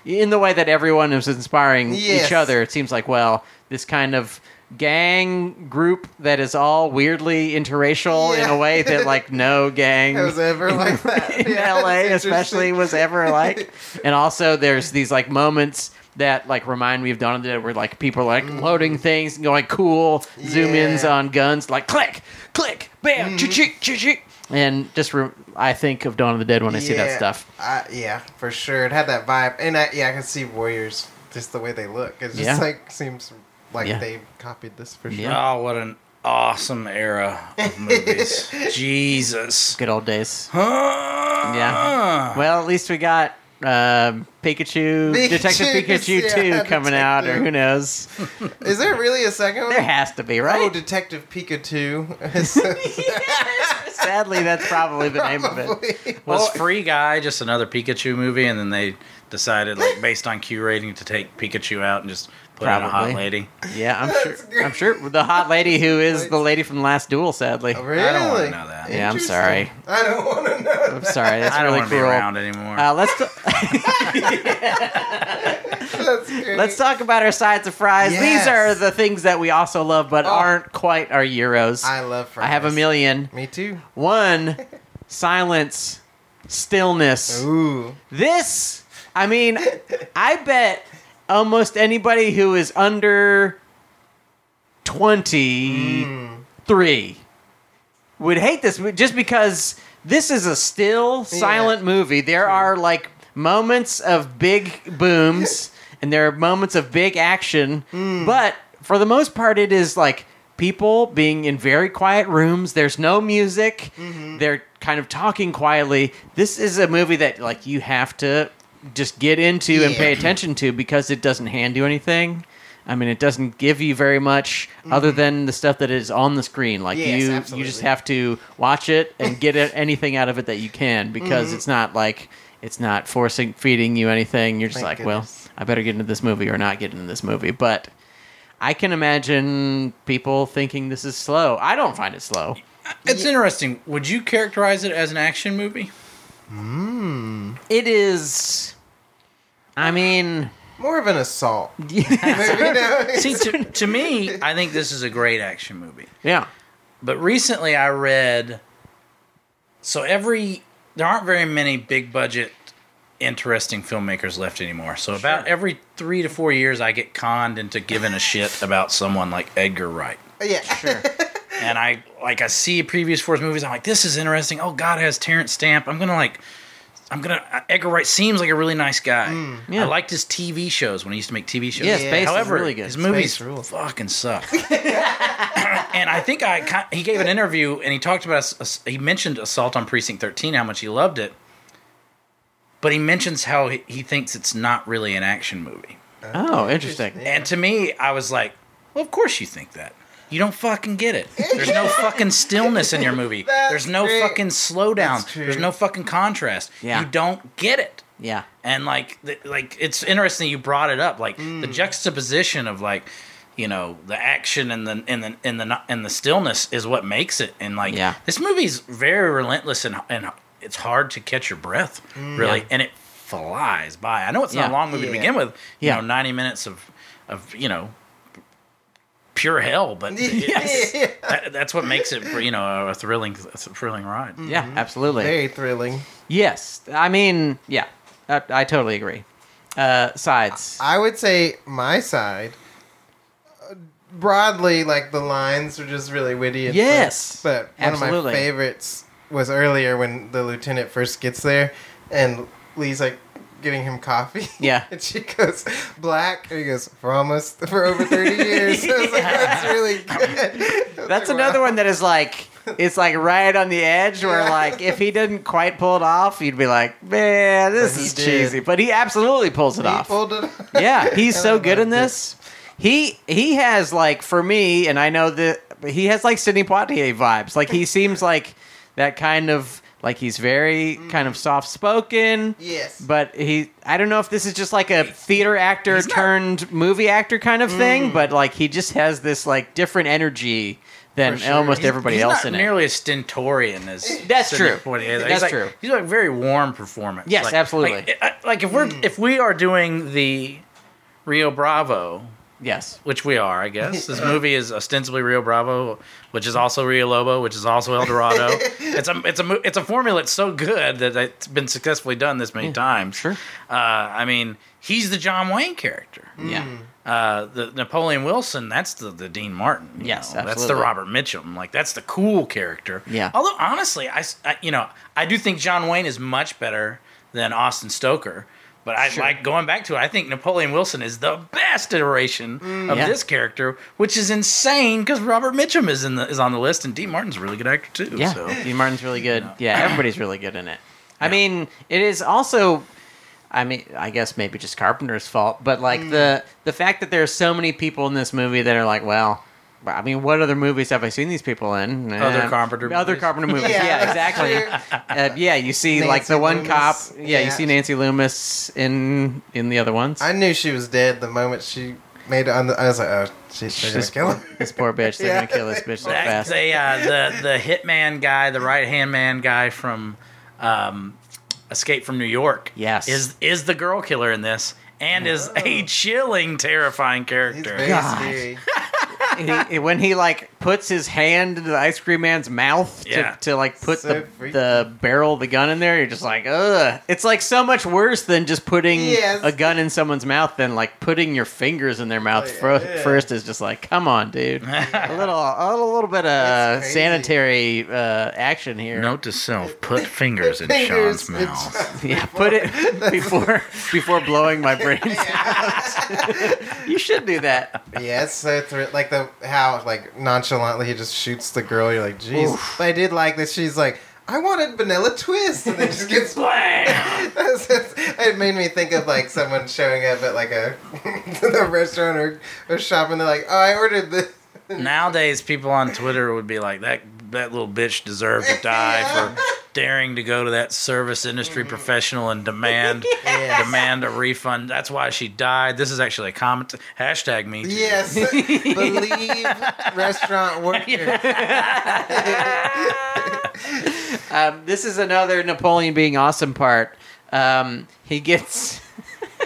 A: in the way that everyone is inspiring
C: Yes.
A: each other it seems like well this kind of gang group that is all weirdly interracial in
C: Yeah.
A: a way that like no gang
C: It was ever like that.
A: in
C: Yeah,
A: LA,
C: it's
A: especially
C: interesting.
A: was ever like. And also, there's these like moments that like remind me of Dawn of the Dead, where like people are like loading things and going cool zoom ins
C: Mm. Yeah.
A: on guns, like click, click, bam, mm chick, chick, chick. and just re- I think of Dawn of the Dead when I see that
C: Yeah,
A: stuff.
C: I, yeah, for sure. It had that vibe, and I, yeah, I can see Warriors just the way they look. It just
A: Yeah.
C: like seems like
A: Yeah.
C: they copied this for sure.
A: Yeah.
B: Oh, what an awesome era of movies. Jesus.
A: Good old days.
B: Yeah.
A: Well, at least we got um Pikachu,
C: Pikachu,
A: Detective Pikachu
C: yeah,
A: two coming out, or
C: Detective.
A: who knows?
C: Is there really a second one?
A: There has to be,
C: Oh,
A: right?
C: Detective Pikachu.
A: Sadly, that's probably the name of it.
C: Probably.
B: was Free Guy just another Pikachu movie, and then they decided, like, based on Q rating, to take Pikachu out and just put in a hot
A: Probably.
B: lady?
A: Yeah, I'm
C: That's
A: sure. I'm sure the hot lady who is the lady from Last Duel. Sadly,
C: Oh, really?
B: I don't wanna know that.
A: Yeah, I'm
C: Interesting.
A: sorry.
C: I don't want to know.
A: I'm sorry. That's
B: I don't
A: really
B: want to be
A: cruel.
B: around anymore.
A: Uh, let's
C: That's great.
A: let's talk about our sides of fries.
C: Yes.
A: These are the things that we also love, but
C: Oh.
A: aren't quite our euros.
C: I love fries.
A: I have a million.
C: Me too.
A: One, silence, stillness.
C: Ooh.
A: This, I mean, I bet almost anybody who is under 23 would hate this mo- just because this is a still silent movie. There are like moments of big booms and there are moments of big action,
C: Hmm.
A: but for the most part, it is like people being in very quiet rooms. There's no music.
C: Mm-hmm.
A: They're kind of talking quietly. This is a movie that like you have to just get into and
C: Yeah.
A: pay attention to because it doesn't hand you anything. I mean, it doesn't give you very much other than the stuff that is on the screen. Like
C: Mm-hmm. Yes,
A: you, you just
C: absolutely.
A: have to watch it and get it- anything out of it that you can because it's not like it's not forcing feeding you anything. You're just like,
C: Thank goodness.
A: well, I better get into this movie or not get into this movie. But I can imagine people thinking this is slow. I don't find it slow.
B: it's interesting. Would you characterize it as an action movie?
A: It is. I mean,
C: More of an assault.
A: yeah,
C: You know?
B: See, to, to me, I think this is a great action movie.
A: yeah,
B: But recently I read so every there aren't very many big budget interesting filmmakers left anymore. So about every 3 to 4 years I get conned into giving a shit about someone like Edgar Wright.
C: yeah.
A: sure.
B: And I like I see previous Force movies I'm like this is interesting. Oh god, it has Terrence Stamp. I'm going to like I'm going to Edgar Wright seems like a really nice guy.
C: Mm.
A: yeah.
B: I liked his TV shows when he used to make TV shows.
A: Yeah,
C: Yeah.
A: space
B: However,
A: is really good.
B: his movies
C: Space rules.
B: fucking suck. and I think I ki- he gave an interview and he talked about ass- ass- he mentioned Assault on Precinct 13 how much he loved it. But he mentions how he, he thinks it's not really an action movie.
A: oh, interesting.
B: And to me, I was like, well, of course you think that. You don't fucking get it. There's no fucking stillness in your movie.
C: That's
B: There's no
C: true.
B: fucking slowdown.
C: That's true.
B: There's no fucking contrast.
A: Yeah.
B: You don't get it
A: Yeah,
B: and like th- like it's interesting you brought it up like the juxtaposition of like you know the action and the and the and the no- and the stillness is what makes it and like
A: Yeah.
B: this movie's very relentless and and it's hard to catch your breath really
A: Yeah.
B: and it flies by i know it's not a
A: Yeah.
B: long movie to
C: Yeah.
B: begin with you
A: Yeah.
B: know 90 minutes of of you know pure hell but
C: Yes.
B: it's- that, that's what makes it you know a thrilling a thrilling ride
A: yeah, absolutely.
C: Very thrilling.
A: Yes, I mean, yeah, I, I totally agree. Uh, sides,
C: I would say my side. uh, Broadly, like the lines are just really witty. And
A: Yes.
C: fun. but one of my
A: Absolutely.
C: favorites was earlier when the lieutenant first gets there, and Lee's like getting him coffee.
A: Yeah.
C: and she goes black, and he goes for almost for over thirty years. I was like, that's really good. I was
A: that's
C: like,
A: another
C: wow.
A: one that is like it's like right on the edge where
C: Yeah.
A: like if he didn't quite pull it off, you'd be like, man, this
C: But he
A: is
C: did.
A: cheesy. But he absolutely pulls it
C: He
A: off.
C: pulled it off.
A: yeah, he's
C: I
A: so
C: love
A: good in
C: it.
A: this. He he has like for me, and I know that he has like Sidney Poitier vibes. Like he seems like that kind of like he's very
C: Mm.
A: kind of soft spoken.
C: Yes,
A: But he, I don't know if this is just like a theater actor
B: He's not- Mm.
A: turned movie actor kind of thing, but like he just has this like different energy than
C: For sure.
A: almost
B: He's-
A: everybody
B: he's
A: else
B: not
A: in it. Eh,
B: nearly as stentorian as
A: That's
B: Sidney
A: true.
B: Poitier. He's
A: That's
B: like-
A: true.
B: He's like very warm performance.
A: Yes,
B: Like-
A: absolutely. Hmm.
B: Like, I- like, if we're if we are doing the Rio Bravo,
A: Yes,
B: which we are, I guess this movie is ostensibly Rio Bravo, which is also Rio Lobo, which is also El Dorado. it's a it's a mo- it's a formula that's so good that it's been successfully done this many times.
A: sure.
B: Uh, I mean, he's the John Wayne character.
A: Yeah,
B: uh, the Napoleon Wilson, that's the, the Dean Martin. you
A: Yes,
B: know. that's the
A: absolutely.
B: Robert Mitchum. Like that's the cool character.
A: Yeah.
B: Although honestly, I, s- I- you know I do think John Wayne is much better than Austin Stoker. But I
A: Sure.
B: like going back to it. I think Napoleon Wilson is the best iteration of
A: Mm, Yeah.
B: this character, which is insane because Robert Mitchum is in the is on the list, and Dean Martin's a really good actor too.
A: Yeah,
B: so.
A: Dean Martin's really good. Yeah, everybody's really good in it. I mean, it is also. I mean, I guess maybe just Carpenter's fault, but like the the fact that there are so many people in this movie that are like, well, I mean, what other movies have I seen these people in?
B: Other
A: Eh,
B: Carpenter
A: other
B: movies.
A: Carpenter movies.
C: Yeah,
A: yeah,
C: that's
A: exactly. Uh, yeah, you see like
C: Nancy
A: the one
C: Loomis.
A: cop. Yeah,
C: Yeah.
A: you see Nancy Loomis in in the other ones.
C: I knew she was dead the moment she made it on the. I was like, oh, she, they're gonna
A: This
C: kill
A: poor,
C: her.
A: this poor bitch. They're
C: Yeah.
A: gonna kill this bitch so
B: That-
A: fast.
B: They, uh, the the hitman guy, the right hand man guy from um, Escape from New York.
A: Yes.
B: is is the girl killer in this, and is a chilling, terrifying
C: Oh. He's
B: character.
C: very
A: God.
C: scary.
A: he, when he like puts his hand into the ice cream man's mouth to,
B: Yeah.
A: to like put
C: So
A: the,
C: freaky.
A: the barrel of the gun in there, you're just like, ugh. It's like so much worse than just putting
C: Yes. Oh,
A: a gun in someone's mouth than like putting your fingers in their mouth
C: yeah.
A: fro-
C: Yeah.
A: first is just like, come on, dude. a little, a little bit of
C: It's crazy.
A: sanitary uh, action here.
B: Note to self: put fingers in
C: Fingers
B: Sean's
C: in
B: mouth.
C: Sean's-
A: Yeah, put it before before blowing my brains. out. you should do that.
C: Yeah, it's so thr- like the how like nonchalantly he just shoots the girl. You're like, jeez. But I did like that she's like, I wanted vanilla twist, and then just gets. That's- that's- it made me think of like someone showing up at like a, a restaurant or, or shop, and they're like, oh, I ordered this.
B: Nowadays, people on Twitter would be like that. That little bitch deserved to die
C: Yeah.
B: for daring to go to that service industry professional and demand
C: Mm. Yes.
B: demand a refund. That's why she died. This is actually a comment. Hashtag me. Too.
C: Yes, believe restaurant worker.
A: Um, this is another Napoleon being awesome part. Um, he gets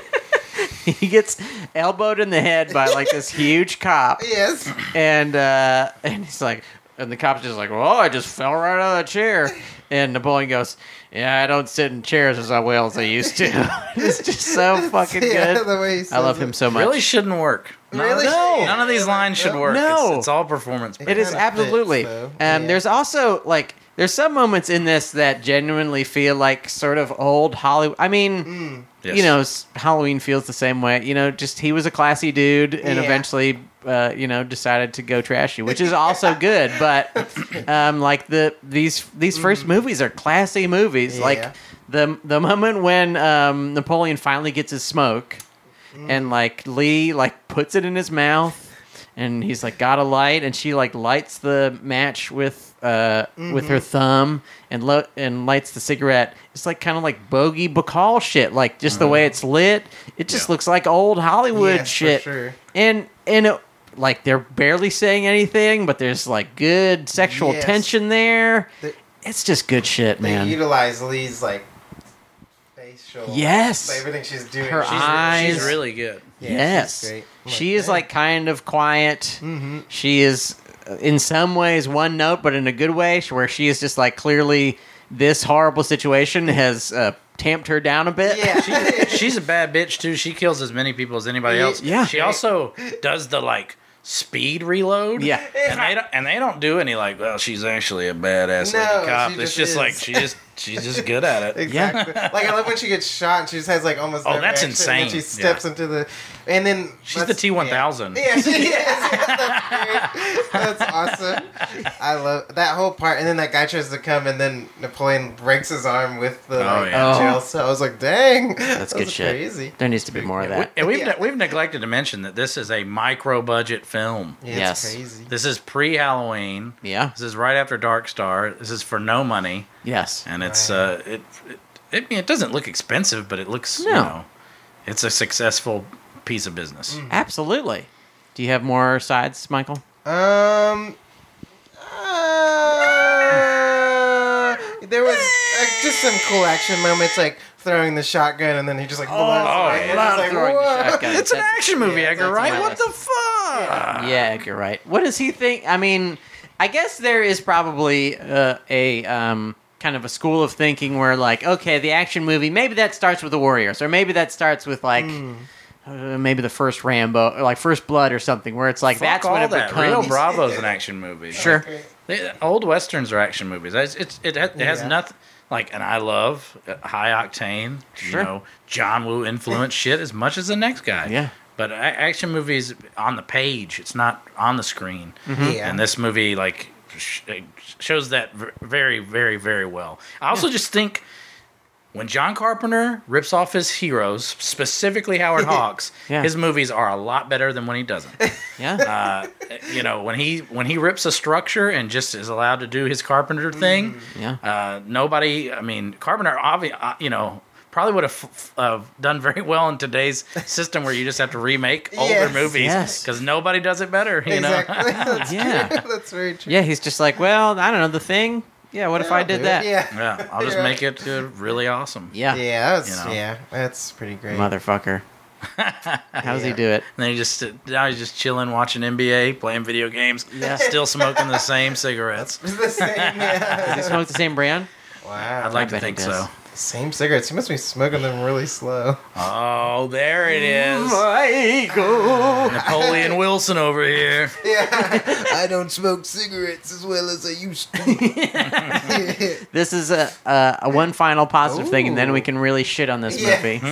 A: he gets elbowed in the head by like this huge cop,
C: Yes,
A: and uh, and he's like, and the cop's just like, well, I just fell right out of the chair, and Napoleon goes, yeah, I don't sit in chairs as I well as I used to. it's just so fucking
C: Yeah,
A: good.
C: the way he
A: I love
C: says
A: him
C: it.
A: so much.
B: Really shouldn't work.
C: Really?
B: No, none of these lines should work.
A: No.
B: It's, it's all performance.
A: It is
C: kinda fits,
A: absolutely.
C: though.
A: um,
C: Yeah.
A: There's also like there's some moments in this that genuinely feel like sort of old Hollywood. I mean,
C: Mm.
B: Yes.
A: you know, s- Halloween feels the same way. You know, just he was a classy dude and
C: Yeah.
A: eventually, uh, you know, decided to go trashy, which is also good. But um, like the these these first movies are classy movies.
C: Mm. Yeah.
A: Like the the moment when um, Napoleon finally gets his smoke,
C: Mm.
A: and like Lee like puts it in his mouth. And he's like, got a light, and she like lights the match with uh with
C: Mm-hmm.
A: her thumb, and lo- and lights the cigarette. It's like kind of like bogey Bacall shit, like just the way it's lit. It just
B: Yeah.
A: looks like old Hollywood
C: Yes, Uh-huh. for
A: shit.
C: sure.
A: And and it, like they're barely saying anything, but there's like good sexual
C: Yes.
A: tension there.
C: They-
A: It's just good shit,
C: They
A: man.
C: utilize Lee's like facial.
A: Yes.
C: everything she's doing.
A: Her
C: she's,
B: she's,
A: eyes.
B: she's really good.
C: yeah,
A: yes,
C: she's great. I'm Mm-hmm.
A: she is
C: "Dang."
A: like kind of quiet. She is uh, in some ways one note, but in a good way, sh- where she is just like clearly this horrible situation has uh, tamped her down a bit.
C: Yeah,
B: She's a bad bitch too. She kills as many people as anybody else.
A: Yeah.
B: She also does the like speed reload.
A: Yeah.
B: And they don't, and they don't do any like. Well, she's actually a badass
C: No,
B: lady cop.
C: she
B: It's
C: just
B: just
C: is.
B: like she just she's just good at it.
C: exactly. like I love when she gets shot and she just has like almost.
B: Oh,
C: no
B: that's
C: reaction, and then
B: insane.
C: she steps into the, and then
B: She's the
C: that's-
B: T1000.
C: Yeah, yeah she is. that's, great. That's awesome. I love that whole part. And then that guy tries to come, and then Napoleon breaks his arm with the
B: Oh,
C: like,
B: yeah.
C: jail cell. I was like, dang,
A: That's good shit.
C: Crazy.
A: There needs to be more of
B: We-
A: that.
B: and we've
C: Yeah.
B: ne- we've neglected to mention that this is a micro budget film.
C: Yeah, it's
A: Yes.
C: crazy.
B: This is pre Halloween.
A: Yeah.
B: This is right after Dark Star. This is for no money.
A: Yes.
B: and it's
C: Right.
B: uh, it, it, I mean, it doesn't look expensive, but it looks you
A: No.
B: know, it's a successful piece of business.
A: Absolutely. Do you have more sides, Michael?
C: Um. uh, there was uh, just some cool action moments, like throwing the shotgun, and then he just like blows
B: oh,
C: it.
B: yeah.
C: It's just
A: Love
C: like,
A: throwing the
C: whoa.
A: shotgun.
B: It's an
A: That's-
B: action movie,
C: yeah,
B: Edgar
C: that's
B: Wright.
C: my
B: What the fuck?
A: yeah, you're right. What does he think? I mean, I guess there is probably uh, a um, kind of a school of thinking where, like, okay, the action movie, maybe that starts with the Warriors, or maybe that starts with like uh, maybe the first Rambo, or like First Blood or something, where it's like
B: Fuck
A: that's
B: all
A: when it
B: that.
A: becomes.
B: Rio Bravo's an action movie.
A: Sure.
B: They- old westerns are action movies. It's, it's, it, ha- it has
C: Yeah.
B: nothing like, and I love uh, high octane,
A: Sure.
B: you know, John Woo influence shit as much as the next guy.
A: Yeah.
B: But a- action movies on the page, it's not on the screen.
A: Mm-hmm.
C: Yeah.
B: And this movie like sh- it shows that v- very, very, very well. I also just think when John Carpenter rips off his heroes, specifically Howard Hawks,
A: Yeah.
B: his movies are a lot better than when he doesn't
A: yeah,
B: uh, you know when he when he rips a structure and just is allowed to do his carpenter thing
C: Mm-hmm.
A: yeah.
B: uh, nobody i mean carpenter obvi- uh, you know probably would have f- uh, done very well in today's system where you just have to remake older
C: Yes.
B: movies
A: Yes.
B: because nobody does it better you
C: exactly.
B: know
C: That's
A: Yeah.
C: true. That's very true.
A: Yeah, he's just like, well, I don't know the thing. Yeah, what if I
C: I'll
A: did
C: do it.
A: that?
C: Yeah.
B: yeah i'll just
C: Yeah.
B: make it uh, really awesome
A: yeah,
C: Yeah, that's,
B: You know.
C: yeah, that's pretty great.
A: motherfucker. How does he
C: Yeah.
A: do it?
B: and then he just sit- now he's just chilling watching nba playing video games
A: Yeah.
B: still smoking the same cigarettes
C: It's the same.
A: Does he
C: Yeah.
A: smoke the same brand?
C: wow.
B: i'd like
A: I
B: to
A: bet he
B: think
A: does.
B: so
C: same cigarettes. You must be smoking them really slow.
B: oh there it is
A: My ego.
B: Napoleon Wilson over here.
C: Yeah. I don't smoke cigarettes as well as I used to.
A: This is a, a, a one final positive thing, and then we
C: Ooh.
A: can really shit on this
C: Yeah.
A: movie.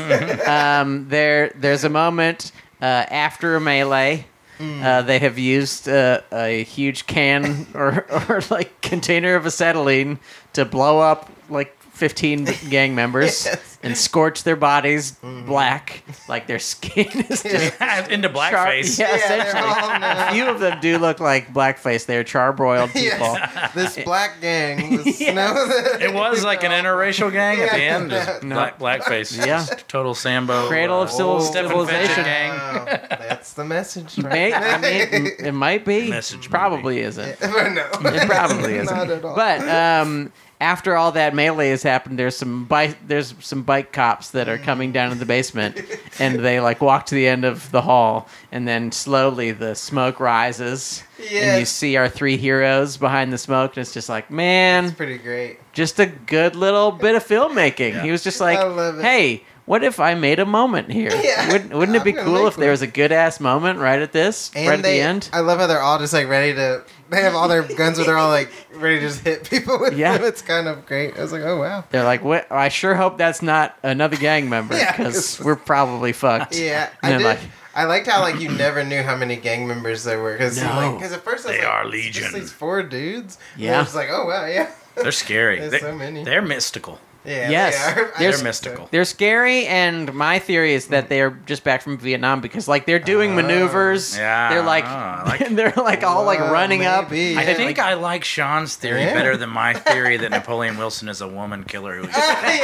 A: um, there, there's a moment uh, after a melee.
C: Hmm.
A: Uh, they have used uh, a huge can or, or like container of acetylene to blow up like 15 gang members
C: Yes. Hmm.
A: and scorch their bodies black, like their skin is just
B: Into
A: char-
B: blackface.
A: Yeah,
C: Yeah, they're
A: essentially.
C: all now-
A: A few of them do look like blackface. They're charbroiled
C: Yes.
A: people.
C: this black gang was
A: Yes.
C: snow.
B: It was like an interracial gang at the
C: Yeah.
B: end. Just
A: No.
B: black, blackface.
A: Yeah.
B: Just total Sambo.
A: Cradle of civil-
B: Stefan
A: civilization.
B: Fetchit gang.
C: Wow, that's the message. Right?
A: May, I mean, it might be.
B: Message movie.
A: probably isn't.
C: no.
A: It probably isn't.
C: Not at all.
A: But um, after all that melee has happened, there's some bike there's some bike cops that are coming down to the basement, and they like walk to the end of the hall, and then slowly the smoke rises, and you
C: Yes.
A: see our three heroes behind the smoke, and it's just like, man,
C: it's pretty great.
A: just a good little bit of filmmaking. He was just like,
C: I love it.
A: hey, what if I made a moment here?
C: Yeah.
A: Wouldn't, wouldn't it be
C: I'm gonna
A: cool
C: make
A: if there
C: one.
A: was a good ass moment right at this, right at
C: they,
A: the end?
C: I love how they're all just like ready to. They have all their guns, but they're all like ready to just hit people with
A: Yeah.
C: them. It's kind of great. I was like, oh wow.
A: They're like, what? I sure hope that's not another gang member
C: Yeah.
A: because we're probably fucked.
C: Yeah,
A: And then,
C: I did.
A: like-
C: I liked how like you never knew how many gang members there were because
A: No.
C: because at first I was
B: They
C: like,
B: are
C: it's just
B: legion.
C: These four dudes.
A: Yeah.
C: Yeah, I was like, oh wow, yeah,
B: They're scary.
C: There's
B: they,
C: so many.
B: They're mystical.
C: yeah.
A: Yes.
C: they are. I
A: They're
C: think so.
B: mystical.
A: They're scary, and my theory is that they're just back from Vietnam because, like, they're doing
C: Oh,
A: maneuvers.
B: Yeah.
A: They're like,
B: Ah, I like-
A: they're like all like
C: Well,
A: running up.
C: maybe.
B: I
C: Yeah,
B: think I like Sean's theory
C: Yeah.
B: better than my theory that Napoleon Wilson is a woman killer, who,
C: yeah, I think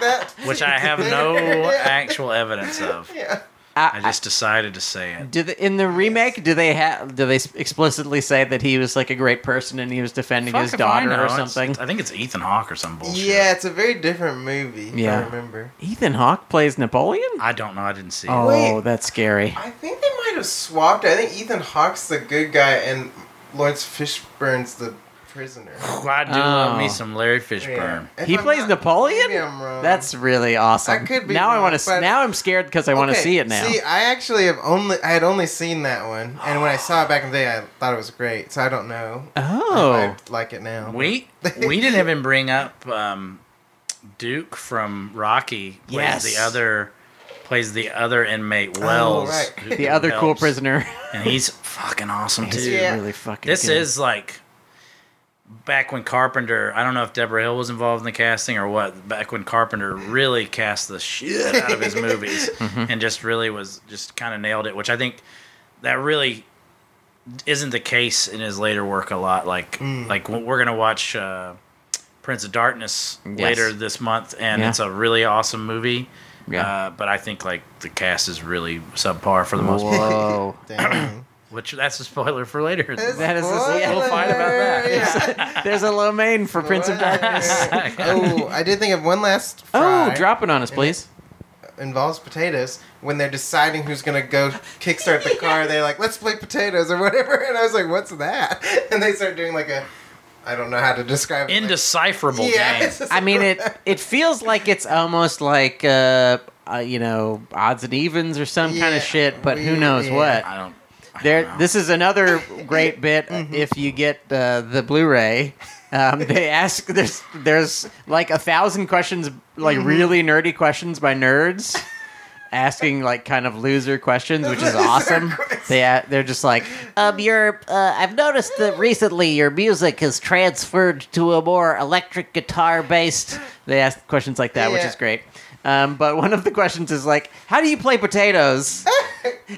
C: that.
B: which I have no actual evidence of.
C: Yeah.
B: I
A: I,
B: just decided to say it.
A: do they, in the remake, do they have? Do they explicitly say that he was like a great person and he was defending
B: Fuck
A: his
B: if I
A: daughter
B: know.
A: or
B: It's-
A: something?
B: I think it's Ethan Hawke or some bullshit.
C: Yeah, it's a very different movie. if
A: Yeah.
C: I remember.
A: Ethan Hawke plays Napoleon.
B: I don't know. I didn't see it.
A: Oh,
C: Wait.
A: that's scary.
C: I think they might have swapped. it. I think Ethan Hawke's the good guy and Lawrence Fishburne's the prisoner.
B: I do
A: Oh.
B: love me some Larry Fishburne.
C: Yeah. If
A: He
C: I'm
A: plays
C: not-
A: Napoleon?
C: Maybe I'm wrong.
A: That's really awesome.
C: I could be
A: now I
C: wrong,
A: want to.
C: but-
A: Now I'm scared because I want to
C: Okay,
A: see it now.
C: See, I actually have only I had only seen that one, and when I saw it back in the day, I thought it was great. So I don't know.
A: oh,
C: if I like it now.
B: We we didn't even bring up um, Duke from Rocky plays
A: Yes.
B: the other plays the other inmate
C: Oh,
B: Wells,
C: right.
B: who-
A: the
B: who
A: other cool
B: helps.
A: prisoner.
B: and he's fucking awesome
A: He's
B: too.
C: Yeah.
A: really fucking.
B: This
A: good.
B: is like back when Carpenter. I don't know if Deborah Hill was involved in the casting or what. Back when Carpenter really cast the shit out of his movies
A: Mm-hmm.
B: and just really was just kind of nailed it, which I think that really isn't the case in his later work a lot. Like
A: Mm.
B: like we're gonna watch. Uh, Prince of Darkness later this month, and
A: Yeah.
B: it's a really awesome movie.
A: Yeah.
B: Uh, but I think like the cast is really subpar for the most part,
A: Whoa.
C: Dang.
B: which that's a spoiler for later.
A: That is a-
C: Spoiler.
B: We'll fight about that.
C: Yeah.
A: There's a low main for Prince of Darkness.
C: oh, I did think of one last.
A: Oh,
C: fry.
A: drop it on us, please.
C: involves potatoes when they're deciding who's gonna go kickstart the car. They're like, "Let's play potatoes" or whatever, and I was like, "What's that?" And they start doing like a I don't know how to describe it.
B: indecipherable game.
C: it's just-
A: I mean, it it feels like it's almost like uh, uh, you know odds and evens or some kind
C: Yeah,
A: of shit, but who
C: we-
A: knows
C: yeah.
A: what.
B: I don't. I
A: There,
B: don't know.
A: this is another great bit. If you get uh, the Blu-ray, um, they ask there's there's like a thousand questions, like really nerdy questions by nerds, asking like kind of loser questions, which is awesome. They a- they're just like, um, your uh, I've noticed that recently your music has transferred to a more electric guitar based. They ask questions like that, which
C: Yeah.
A: is great. Um, but one of the questions is like, how do you play potatoes?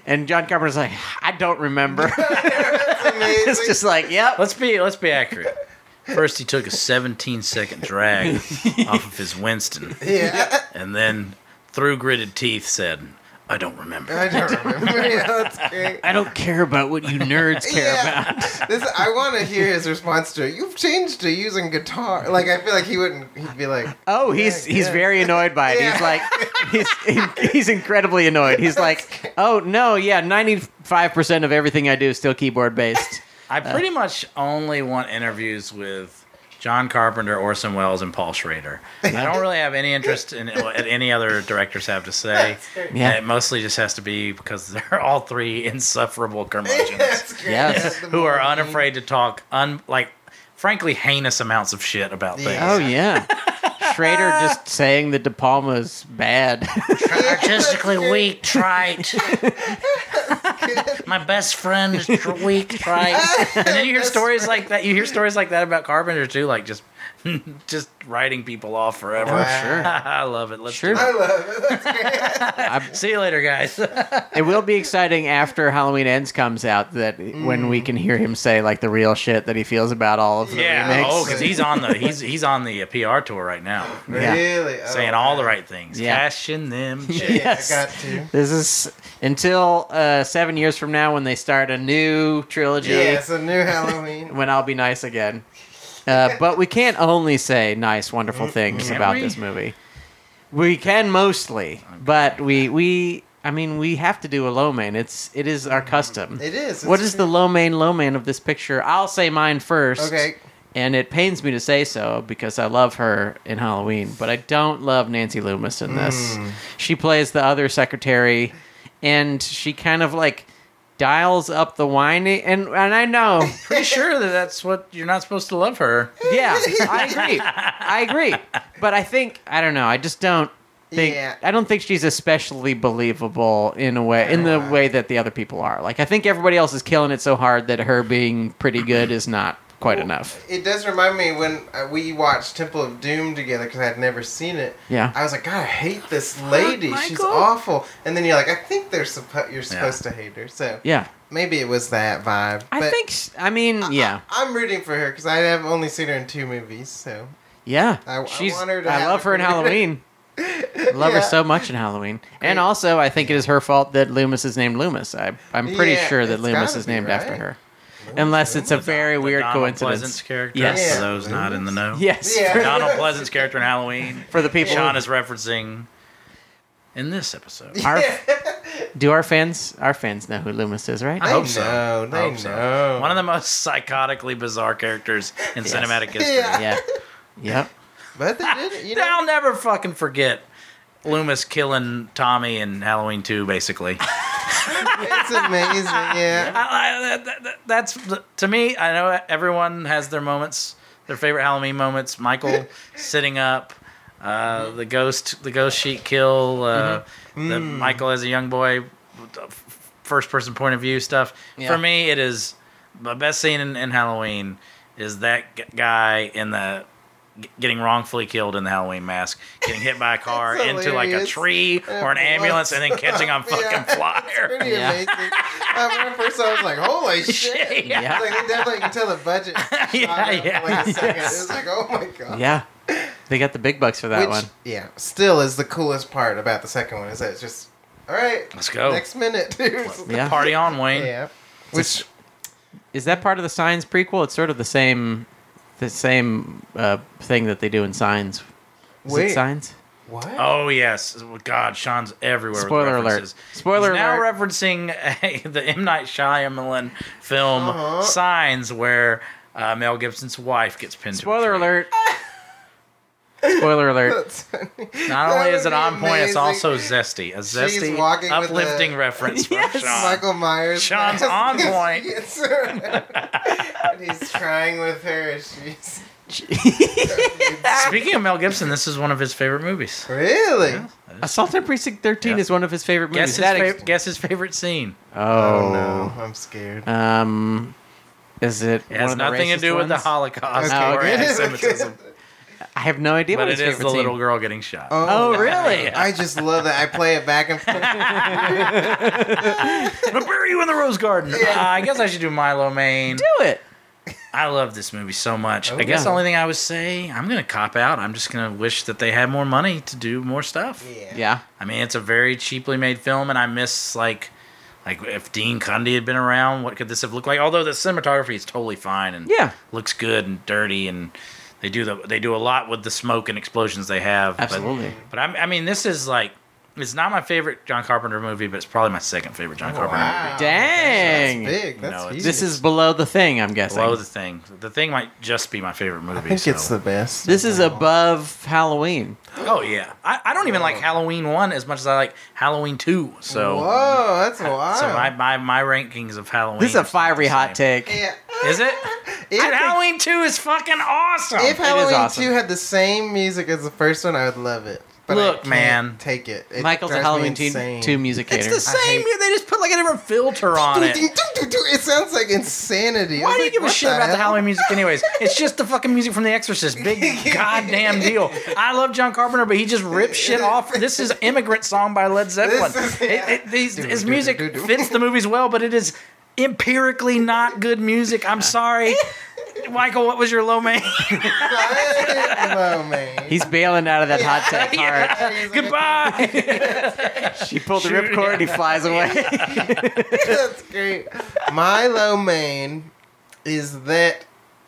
A: And John Carpenter's like, I don't remember.
C: amazing.
A: it's just like, yep.
B: Let's be let's be accurate. First, he took a 17 second drag off of his Winston,
C: yeah.
B: and then through gritted teeth said, "I don't remember."
C: I don't remember. Yeah, that's great.
A: I don't care about what you nerds care about.
C: this, I want to hear his response to it. You've changed to using guitar. Like I feel like he wouldn't. He'd be like,
A: Oh, he's
C: Yeah,
A: he's
C: yeah.
A: very annoyed by it. He's
C: Yeah.
A: like, he's he's incredibly annoyed. He's like, oh no, yeah, ninety five percent of everything I do is still keyboard based.
B: I pretty much only want interviews with John Carpenter, Orson Welles, and Paul Schrader. I don't really have any interest in what any other directors have to say.
A: Yeah.
B: And it mostly just has to be because they're all three insufferable curmudgeons
C: that's great.
A: Yes.
C: That's the
B: who are
C: moment.
B: unafraid to talk, un- like, frankly, heinous amounts of shit about things.
A: Oh yeah, Schrader just saying that De Palma's bad.
B: artistically weak, trite. My best friend is tr- weak, trite. And then you hear
C: Best
B: stories like that. You hear stories like that about Carpenter too, like just just writing people off forever.
C: Wow.
A: Oh, sure.
B: I love it. Let's
A: Sure.
B: do
C: I love it. That's great.
B: it. See you later, guys.
A: It will be exciting after Halloween Ends comes out that when we can hear him say like the real shit that he feels about all of the
B: yeah.
A: remakes.
B: Oh, because he's on the he's he's on the uh, PR tour right now,
A: Yeah.
C: Really. Oh,
B: saying all the right things,
A: Yeah.
B: cashing them.
C: Yeah,
B: checks.
A: Yes.
C: I got to.
A: This is until uh, seven years from now when they start a new trilogy.
C: Yeah, it's a new Halloween.
A: When I'll be nice again. Uh, but we can't only say nice, wonderful things
B: Can't
A: about
B: we?
A: this movie. We can mostly, but we we I mean we have to do a low main. It's it is our custom.
C: It is. It's
A: what is
C: true.
A: the low main low main of this picture? I'll say mine first.
C: Okay.
A: And it pains me to say so because I love her in Halloween, but I don't love Nancy Loomis in this. She plays the other secretary and she kind of like dials up the whiny and and I know
B: Pretty sure that that's what you're not supposed to love her.
A: yeah, I agree. I agree. But I think I don't know. I just don't think
C: Yeah.
A: I don't think she's especially believable in a way in the way that the other people are. Like I think everybody else is killing it so hard that her being pretty good is not quite enough.
C: It does remind me when uh, we watched Temple of Doom together because I had never seen it.
A: Yeah.
C: I was like, God, I hate this lady. She's
B: Michael.
C: awful. And then you're like, I think they're suppo- you're supposed to hate her. So
A: Yeah.
C: maybe it was that vibe.
A: I
C: But
A: think s- I mean, yeah.
C: I, am rooting for her because I have only seen her in two movies. So
A: Yeah,
C: I- I
A: she's. I,
C: want her to have
A: love
C: a
A: her in
C: career.
A: Halloween. I love her
C: Yeah.
A: so much in Halloween, and
C: Great.
A: also I think it is her fault that Loomis is named Loomis. I, I'm pretty
C: Yeah,
A: sure that
C: it's
A: Loomis
C: gotta
A: is
C: be,
A: named after
C: right?
A: her, unless it's a very
B: The
A: weird
B: Donald
A: coincidence.
B: Pleasance character.
A: Yes.
B: For those not in the know.
A: Yes,
C: Yeah.
B: Donald Pleasant's character in Halloween.
A: for the people.
B: Sean is referencing in this episode.
A: Our, do our fans our fans know who Loomis is, right?
C: I
B: hope
C: know.
B: so.
C: They know.
B: One of the most psychotically bizarre characters in
A: Yes.
B: cinematic history.
C: Yeah.
A: yeah, yep.
C: But they did it. You
B: Now
C: know.
B: I'll never fucking forget Loomis killing Tommy in Halloween 2, basically. I,
C: it's amazing. Yeah.
B: I, that, that- that- that's, to me, I know everyone has their moments, their favorite Halloween moments. Michael sitting up, uh, the ghost, the ghost sheet kill, uh,
C: Mm-hmm.
B: the
C: Mm.
B: Michael as a young boy, first person point of view stuff.
A: Yeah.
B: For me, it is the best scene in, in Halloween is that g- guy in the g- getting wrongfully killed in the Halloween mask, getting hit by a car
C: That's
B: into like a
C: hilarious.
B: tree or an
C: Yeah.
B: ambulance, and then catching on fucking
C: Yeah.
B: fire.
C: Pretty
A: Yeah.
C: amazing. Uh, when I first saw it, I was like, holy shit.
B: yeah.
A: Yeah.
C: It's like they definitely can tell the budget. shot
B: Yeah,
C: up in,
B: yeah.
C: Like a second.
A: Yes.
C: It was like, oh my god.
A: Yeah, they got the big bucks for that
C: Which,
A: one.
C: yeah, still is the coolest part about the second one is that it's just all right.
B: Let's go.
C: Next minute, dude.
A: Yeah.
B: Party on, Wayne.
C: yeah. Which
A: Is that part of the Signs prequel? It's sort of the same, the same uh, thing that they do in Signs. Is it
C: Wait.
A: Signs?
C: what?
B: Oh yes, God, Sean's everywhere.
A: Spoiler
B: with
A: alert.
B: references.
A: Spoiler
B: He's now
A: alert.
B: referencing a, the M Night Shyamalan film
C: Uh-huh.
B: Signs, where Uh, Mel Gibson's wife gets pinned. to a
A: Spoiler
B: tree.
A: alert. Spoiler alert.
C: That's funny.
B: Not only is it
C: That would
B: on
C: be
B: point, it's
C: amazing.
B: also zesty. A zesty,
C: walking with
B: uplifting
C: a-
B: reference from
A: Yes.
B: Sean.
C: Michael Myers.
B: Sean's on point.
C: Yes, sir. and he's crying with her. She's
B: Speaking of Mel Gibson, this is one of his favorite movies.
C: really.
A: Assault on Precinct 13
B: Yeah.
A: is one of his favorite
B: Guess
A: movies.
B: his,
A: That
B: fav- guess his favorite scene.
C: Oh
A: oh,
C: no, I'm scared.
A: no. Um, is it?
B: It
A: one
B: has
A: of the
B: nothing to
A: racist
B: do with the
A: ones?
B: Holocaust
A: Oh, Okay,
B: or
A: good.
B: anti-Semitism,
A: I have no idea what
B: but it
A: his
B: is
A: favorite
B: the
A: scene-
B: little girl getting shot.
A: Oh, really?
C: I just love that. I play it back and forth.
B: But where are you in the Rose Garden?
C: Yeah.
B: Uh, I guess I should do Milo Maine.
A: Do it.
B: I love this movie so much. I
A: Oh,
B: guess
A: yeah.
B: the only thing I would say, I'm going to cop out. I'm just going to wish that they had more money to do more stuff.
A: Yeah.
B: I mean, it's a very cheaply made film, and I miss like, like if Dean Cundy had been around, what could this have looked like? Although the cinematography is totally fine and
A: Yeah.
B: looks good and dirty, and they do the they do a lot with the smoke and explosions they have. but-
A: Absolutely.
B: But, I'm, I mean, this is like, it's not my favorite John Carpenter movie, but it's probably my second favorite
A: Oh,
B: John Carpenter. movie.
C: Wow.
A: Dang.
C: That's big. That's
B: No, it's-
C: huge.
A: This is below the thing, I'm guessing.
B: Below the thing, the thing might just be my favorite movie.
C: I think it's
B: so-
C: the best.
A: this is above Halloween.
B: Oh yeah, I, I don't even like Halloween one as much as I like Halloween two. So
C: Whoa, that's wild.
B: so my, my my rankings of Halloween.
A: This is a
B: not
A: fiery
B: the
A: hot
B: same.
A: take.
C: yeah.
B: Is it?
C: If,
B: Dude, Halloween two is fucking awesome.
C: if Halloween
A: awesome.
C: 2 had the same music as the first one, I would love it. But I
B: Look,
C: can't
B: man.
C: Take it. it
A: Michael's a
C: drives me
A: Halloween teen,
C: insane.
A: two music
B: it's
A: hater.
B: the same. They just put like a different filter on
C: Ding, ding,
B: it.
C: ding, ding, It sounds like insanity. I
B: Why
C: was
B: do you
C: like,
B: give a
C: what
B: shit about the
C: hell?
B: Halloween music, anyways? It's just the fucking music from The Exorcist. Big goddamn deal. I love John Carpenter, but he just rips shit off. This is "Immigrant Song" by Led Zeppelin.
C: This is-
B: It- it- these- his
C: do,
B: music
C: do, do, do.
B: fits the movies well, but it is empirically not good music. I'm sorry, Michael. What was your low man?
C: Hello, man.
A: He's bailing out of that hot take hard.
C: He's like,
B: Goodbye.
A: She pulled the
B: Shoot,
A: ripcord and he flies away.
C: That's great. Milo Main is that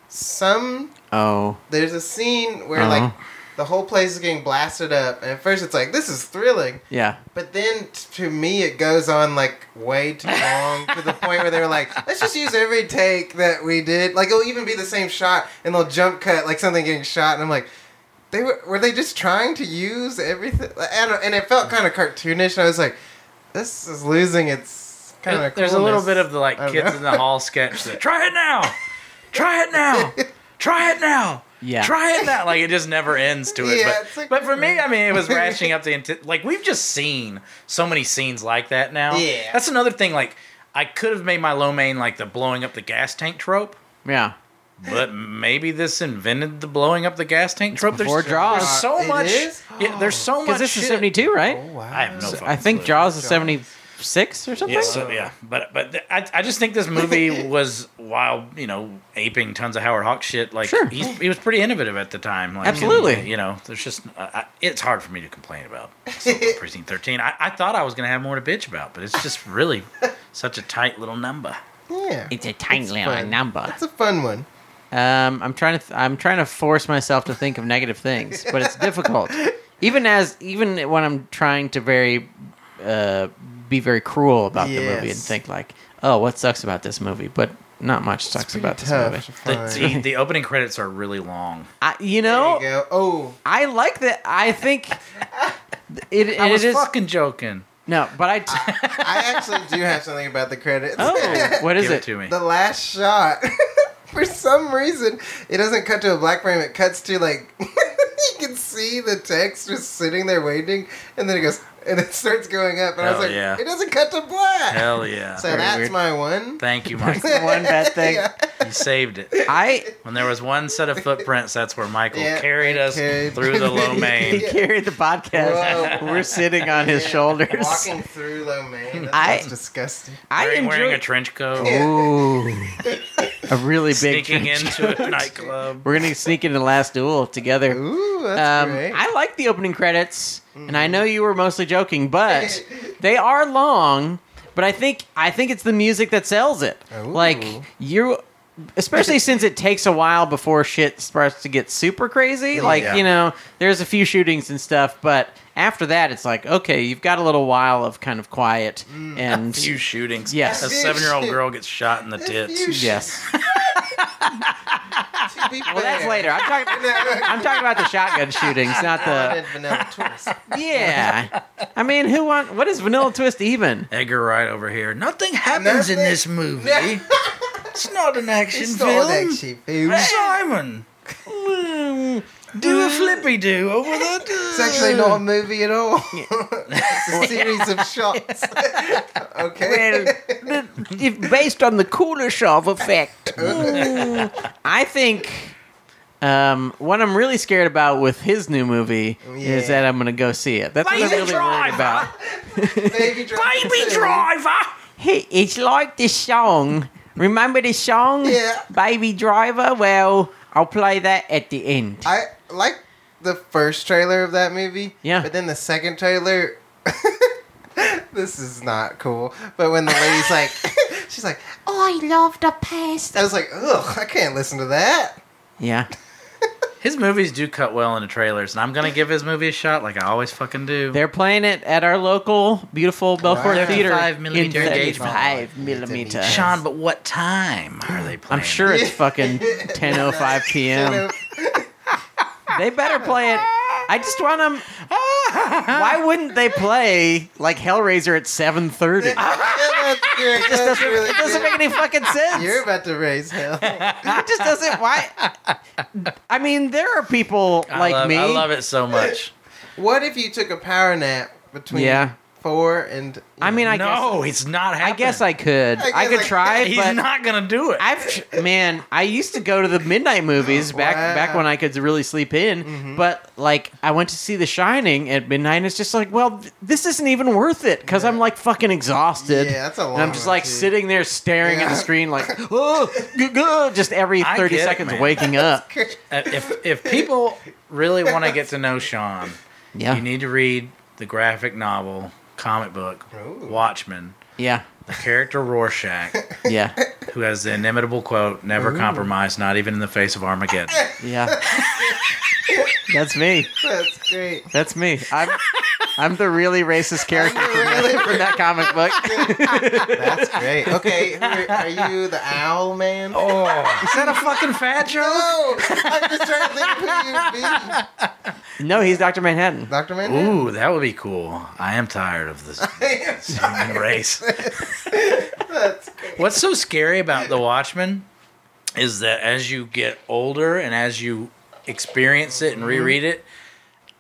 C: some
A: oh.
C: there's a scene where
A: Uh-huh.
C: like the whole place is getting blasted up, and at first it's like this is thrilling,
A: Yeah.
C: but then t- to me it goes on like way too long to the point where they were like, let's just use every take that we did. Like it'll even be the same shot, and they'll jump cut like something getting shot, and I'm like. They were, were they just trying to use everything? I don't, and it felt kind of cartoonish. And I was like, "This is losing its kind of."
B: There's a little bit of the like
C: I don't
B: kids
C: know.
B: in the hall sketch that try it now, try it now, try it now.
A: Yeah.
B: Try it now. Like it just never ends to it.
C: Yeah,
B: but,
C: it's like-
B: but for me, I mean, it was ratcheting up the intent. Like we've just seen so many scenes like that now.
C: Yeah.
B: That's another thing. Like I could have made my low main like the blowing up the gas tank trope,
A: Yeah.
B: but maybe this invented the blowing up the gas tank trope.
A: before Jaws.
B: there's so
C: It
B: much.
C: is?
B: Yeah, there's so much.
A: Because this is
B: shit-
A: 72, right?
C: Oh, wow.
B: I have no. Fucking
A: I think
B: clue.
A: Jaws is 76 or something.
B: Yeah, so, yeah, but but th- I, I just think this movie was while you know aping tons of Howard Hawks shit. Like
A: Sure.
B: he's, he was pretty innovative at the time. Like,
A: Absolutely.
B: you know, there's just uh, I, it's hard for me to complain about Assault on Precinct 13. I, I thought I was gonna have more to bitch about, but it's just really such a tight little number.
C: Yeah.
A: It's a tiny
C: little fun.
A: number.
C: That's a fun one.
A: Um, I'm trying to. Th- I'm trying to force myself to think of negative things, but it's difficult. Even as even when I'm trying to very, uh, be very cruel about the movie and
C: Yes.
A: think like, oh, what sucks about this movie? But not much sucks about this
C: Tough to
A: movie.
B: The,
C: find.
B: the, the opening credits are really long.
A: I, you
C: There you
A: know,
C: go. Oh,
A: I like that. I think it,
B: I
A: it
B: was
A: is
B: fucking joking.
A: no, but I. T-
C: I actually do have something about the credits.
A: oh, what is
B: Give it?
A: it?
B: to me?
C: the last shot. For some reason, it doesn't cut to a black frame. It cuts to like you can see the text just sitting there waiting, and then it goes and it starts going up. And I was
B: Hell
C: like,
B: yeah.
C: it doesn't cut to black.
B: Hell yeah!
C: so
A: Very
C: that's
A: weird.
C: my one.
B: Thank you,
A: One
B: Mike.
A: bad thing.
C: Yeah.
B: You saved it.
A: I
B: When there was one set of footprints, that's where Michael
C: Yeah,
B: carried us
C: carried-
B: through the low
A: he
B: main.
C: Yeah.
A: carried the podcast.
C: Whoa.
A: We're sitting on his shoulders.
C: Walking through Lomaine. That's,
A: I-
C: that's disgusting.
A: I
B: wearing, wearing
A: enjoy.
B: a trench coat,
A: Ooh, a really big
B: sneaking
A: trench coat.
B: into a nightclub.
A: We're gonna sneak into Last Duel together.
C: Ooh, that's
A: um,
C: great. Mm-hmm.
A: I like the opening credits, and I know you were mostly joking, but they are long. But I think I think it's the music that sells it.
C: Ooh.
A: Like you, especially since it takes a while before shit starts to get super crazy. Like
B: Yeah.
A: you know, there's a few shootings and stuff, but after that, it's like okay, you've got a little while of kind of quiet
C: Mm.
A: and
B: Few shootings.
A: Yes.
B: a seven-year-old girl gets shot in the tits.
C: You sh-
A: Yes.
C: to be fair.
A: Well, that's later. I'm talking. I'm talking about the shotgun shootings, not
C: Wanted
A: the.
C: vanilla twist.
A: Yeah, I mean, who want? What is Vanilla Twist even?
B: Edgar Wright over here. Nothing happens in
C: Nothing.
B: this movie. it's not an action
C: It's
B: film.
C: not an action film. Mm.
B: Simon,
C: Hmm.
B: do a flippy do over the.
C: It's actually not a movie at all. it's a series of shots. okay.
A: if based on the Kuleshov effect,
C: Hmm.
A: I think um, what I'm really scared about with his new movie
C: Yeah.
A: is that I'm going to go see it. That's what
B: Baby
A: I'm really worried
B: Driver!
A: about.
C: Baby Driver.
B: Baby
C: two.
B: driver.
A: Hey, it's like this song. Remember this song?
C: Yeah.
A: Baby Driver? Well, I'll play that at the end.
C: I like the first trailer of that movie.
A: Yeah.
C: But then the second trailer. this is not cool. But when the lady's like, she's like,
D: I love the past.
C: I was like, ugh, I can't listen to that.
A: yeah.
B: His movies do cut well into trailers, and I'm gonna give his movie a shot, like I always fucking do.
A: They're playing it at our local beautiful Belfort
C: Wow.
A: Theater.
B: 35
A: in
B: millimeter engagement.
A: 35 millimeter.
B: Sean, but what time are they playing?
A: I'm sure it's fucking 10:05 p.m. They better play it. I just want them. Why wouldn't they play like Hellraiser at 7:30? It
C: it
A: just doesn't, it doesn't make any fucking sense.
C: You're about to raise hell.
A: It just doesn't. Why? I mean, there are people
B: I
A: like
B: love,
A: me.
B: I love it so much.
C: What if you took a power nap between
A: Yeah.
C: four and?
A: I mean, I
B: no,
A: guess
B: it's not
A: I
B: happening.
A: guess I could.
C: I
A: I, could
C: guess I-
A: try,
B: He's
A: but
B: not gonna do it.
A: I've man, I used to go to the midnight movies back
C: Wow. Mm-hmm.
A: back when I could really sleep in. But like, I went to see The Shining at midnight. and It's just like, well, th- this isn't even worth it because I'm like fucking exhausted.
C: Yeah, that's a
A: And
C: long
A: I'm just
C: one,
A: like
C: too.
A: sitting there staring at the
C: Yeah.
A: screen, like, oh, g- g-" just every
B: I
A: thirty
B: get it,
A: seconds
B: man.
A: waking up.
B: Uh, if if people really want to get to know Sean,
A: Yeah,
B: you need to read the graphic novel, comic book,
C: Ooh.
B: Watchmen.
A: yeah,
B: The character Rorschach,
A: yeah,
B: who has the inimitable quote, "Never compromise, not even in the face of Armageddon."
A: yeah. That's me.
C: That's great.
A: That's me. I'm I'm the really racist character from that, from that comic book.
C: That's great. Okay, who are, are you the owl man? Oh.
B: Oh, is that a fucking fat joke?
C: I'm just trying to think who you'd be.
A: No, he's Doctor Manhattan.
C: Dr. Manhattan?
B: Ooh, that would be cool. I am tired of this human race.
C: That's great.
B: What's so scary about The Watchmen is that as you get older and as you experience it and
A: Mm-hmm.
B: reread it,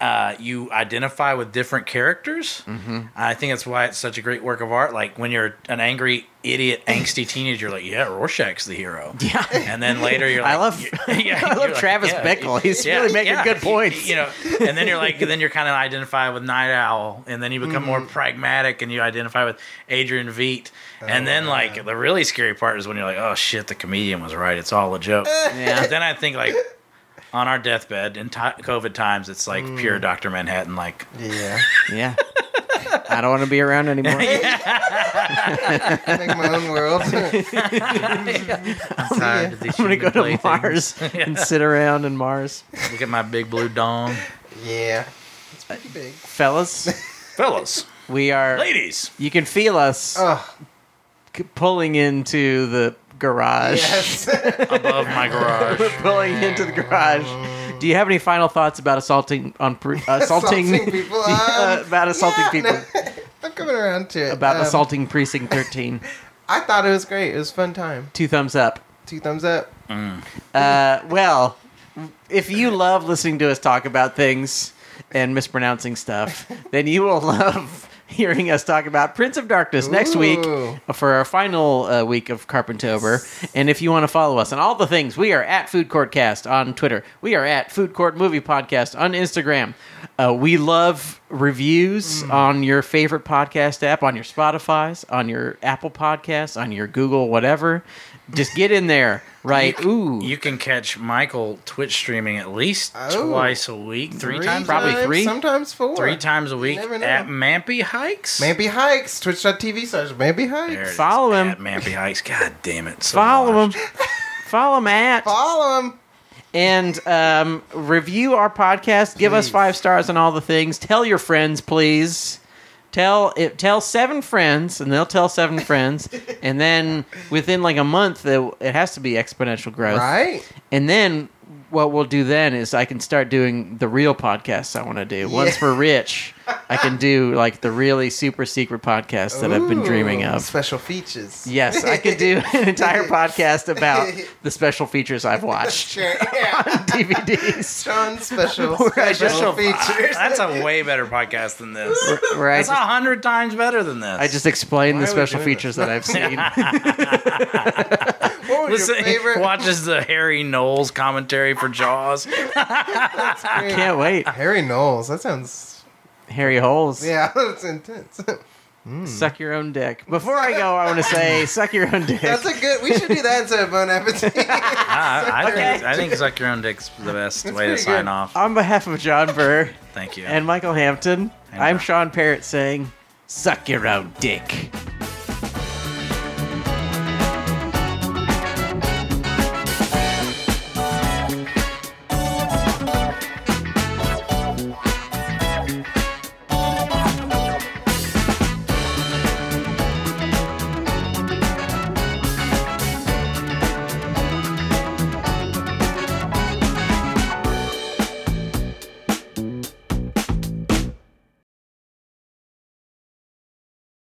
B: uh, you identify with different characters. Mm-hmm. I think that's why it's such a great work of art. Like when you're an angry, idiot, angsty teenager, you're like, yeah, Rorschach's the hero.
A: Yeah.
B: And then later you're like,
A: I love
B: yeah,
A: I
B: you're
A: love
B: like,
A: Travis
B: yeah,
A: Bickle. He's
B: yeah,
A: really making
B: yeah.
A: good points.
B: You, you know, and then you're like, then you're kind of identify with Night Owl, and then you become more
A: Mm-hmm.
B: pragmatic, and you identify with Adrian Veidt,
A: Oh,
B: and then like the really scary part is when you're like, oh shit, the comedian was right, it's all a joke. But
A: yeah.
B: then I think like on our deathbed in ti COVID times, it's
A: Mm.
B: like pure Doctor Manhattan, like
C: Yeah.
A: Yeah. I don't want to be around anymore.
C: I make my own world.
B: I'm tired
A: I'm
B: of these
A: gonna
B: human
A: go to
B: playthings.
A: Mars and sit around in Mars,
B: Look at my big blue dong,
C: yeah. It's pretty big.
A: fellas.
B: fellas,
A: We are.
B: ladies.
A: You can feel us
C: Oh,
A: c- pulling into the garage.
C: yes.
B: Above my garage.
A: We're pulling into the garage. Do you have any final thoughts about assaulting on pr- assaulting,
C: Assaulting people,
A: uh,
C: um,
A: about assaulting
C: yeah,
A: people
C: no, I'm coming around to it.
A: about
C: Um,
A: assaulting precinct 13
C: I thought it was great. It was a fun time.
A: two thumbs up
C: Two thumbs up.
A: uh, well if you love listening to us talk about things and mispronouncing stuff then you will love hearing us talk about prince of darkness next week
C: Ooh.
A: for our final uh, week of carpentober and if you want to follow us on all the things we are at food court cast on twitter we are at food court movie podcast on instagram uh, we love reviews on your favorite podcast app on your spotify's on your apple podcasts on your google whatever just get in there right ooh
B: You can catch Michael Twitch streaming at least
C: Oh.
B: twice a week, three, times,
A: Probably
B: a week,
A: three.
C: Sometimes four.
B: three times a week
C: never know.
B: at Mampy Hikes.
C: Mampy Hikes. Twitch.tv slash Mampy Hikes.
B: There it is,
A: Follow him.
B: at Mampy Hikes. God damn it! so
A: follow
B: much.
A: him follow him at
C: Follow him.
A: and um, review our podcast give us
C: Please.
A: five stars on all the things tell your friends please tell it, tell seven friends and they'll tell seven friends and then within like a month it, it has to be exponential growth
C: Right?
A: and then what we'll do then is I can start doing the real podcasts I want to do. Once
C: Yeah.
A: we're rich, I can do like the really super secret podcast that I've been dreaming
C: Ooh,
A: of.
C: Special features.
A: Yes, I could do an entire podcast about the special features I've watched
C: Sure, yeah.
A: on DVDs.
C: Sean's special,
A: I
C: special,
A: just-
C: features.
B: Ah, That's a way better podcast than this.
A: Where I
B: That's a
A: just,
B: hundred times better than this.
A: I just explained
C: Why
A: the
C: are we
A: special
C: doing
A: features that I've seen.
C: what was
B: Listen,
C: your favorite?
B: watches the Harry Knowles commentary for Jaws.
A: Can't wait.
C: Harry Knowles. That sounds.
A: Harry Holes. Hmm.
C: Yeah, that's intense.
A: Suck your own dick. Before I go, I want to say, suck your own dick.
C: That's a good. We should do that instead of Bon Appetit.
B: Ah, I, I, think, I think suck your own dick's the best way to
C: pretty
B: sign
C: good.
B: off.
A: On behalf of John Burr
B: Thank you.
C: uh,
A: and Michael Hampton,
B: And-
A: I'm Sean Parrott saying, suck your own dick.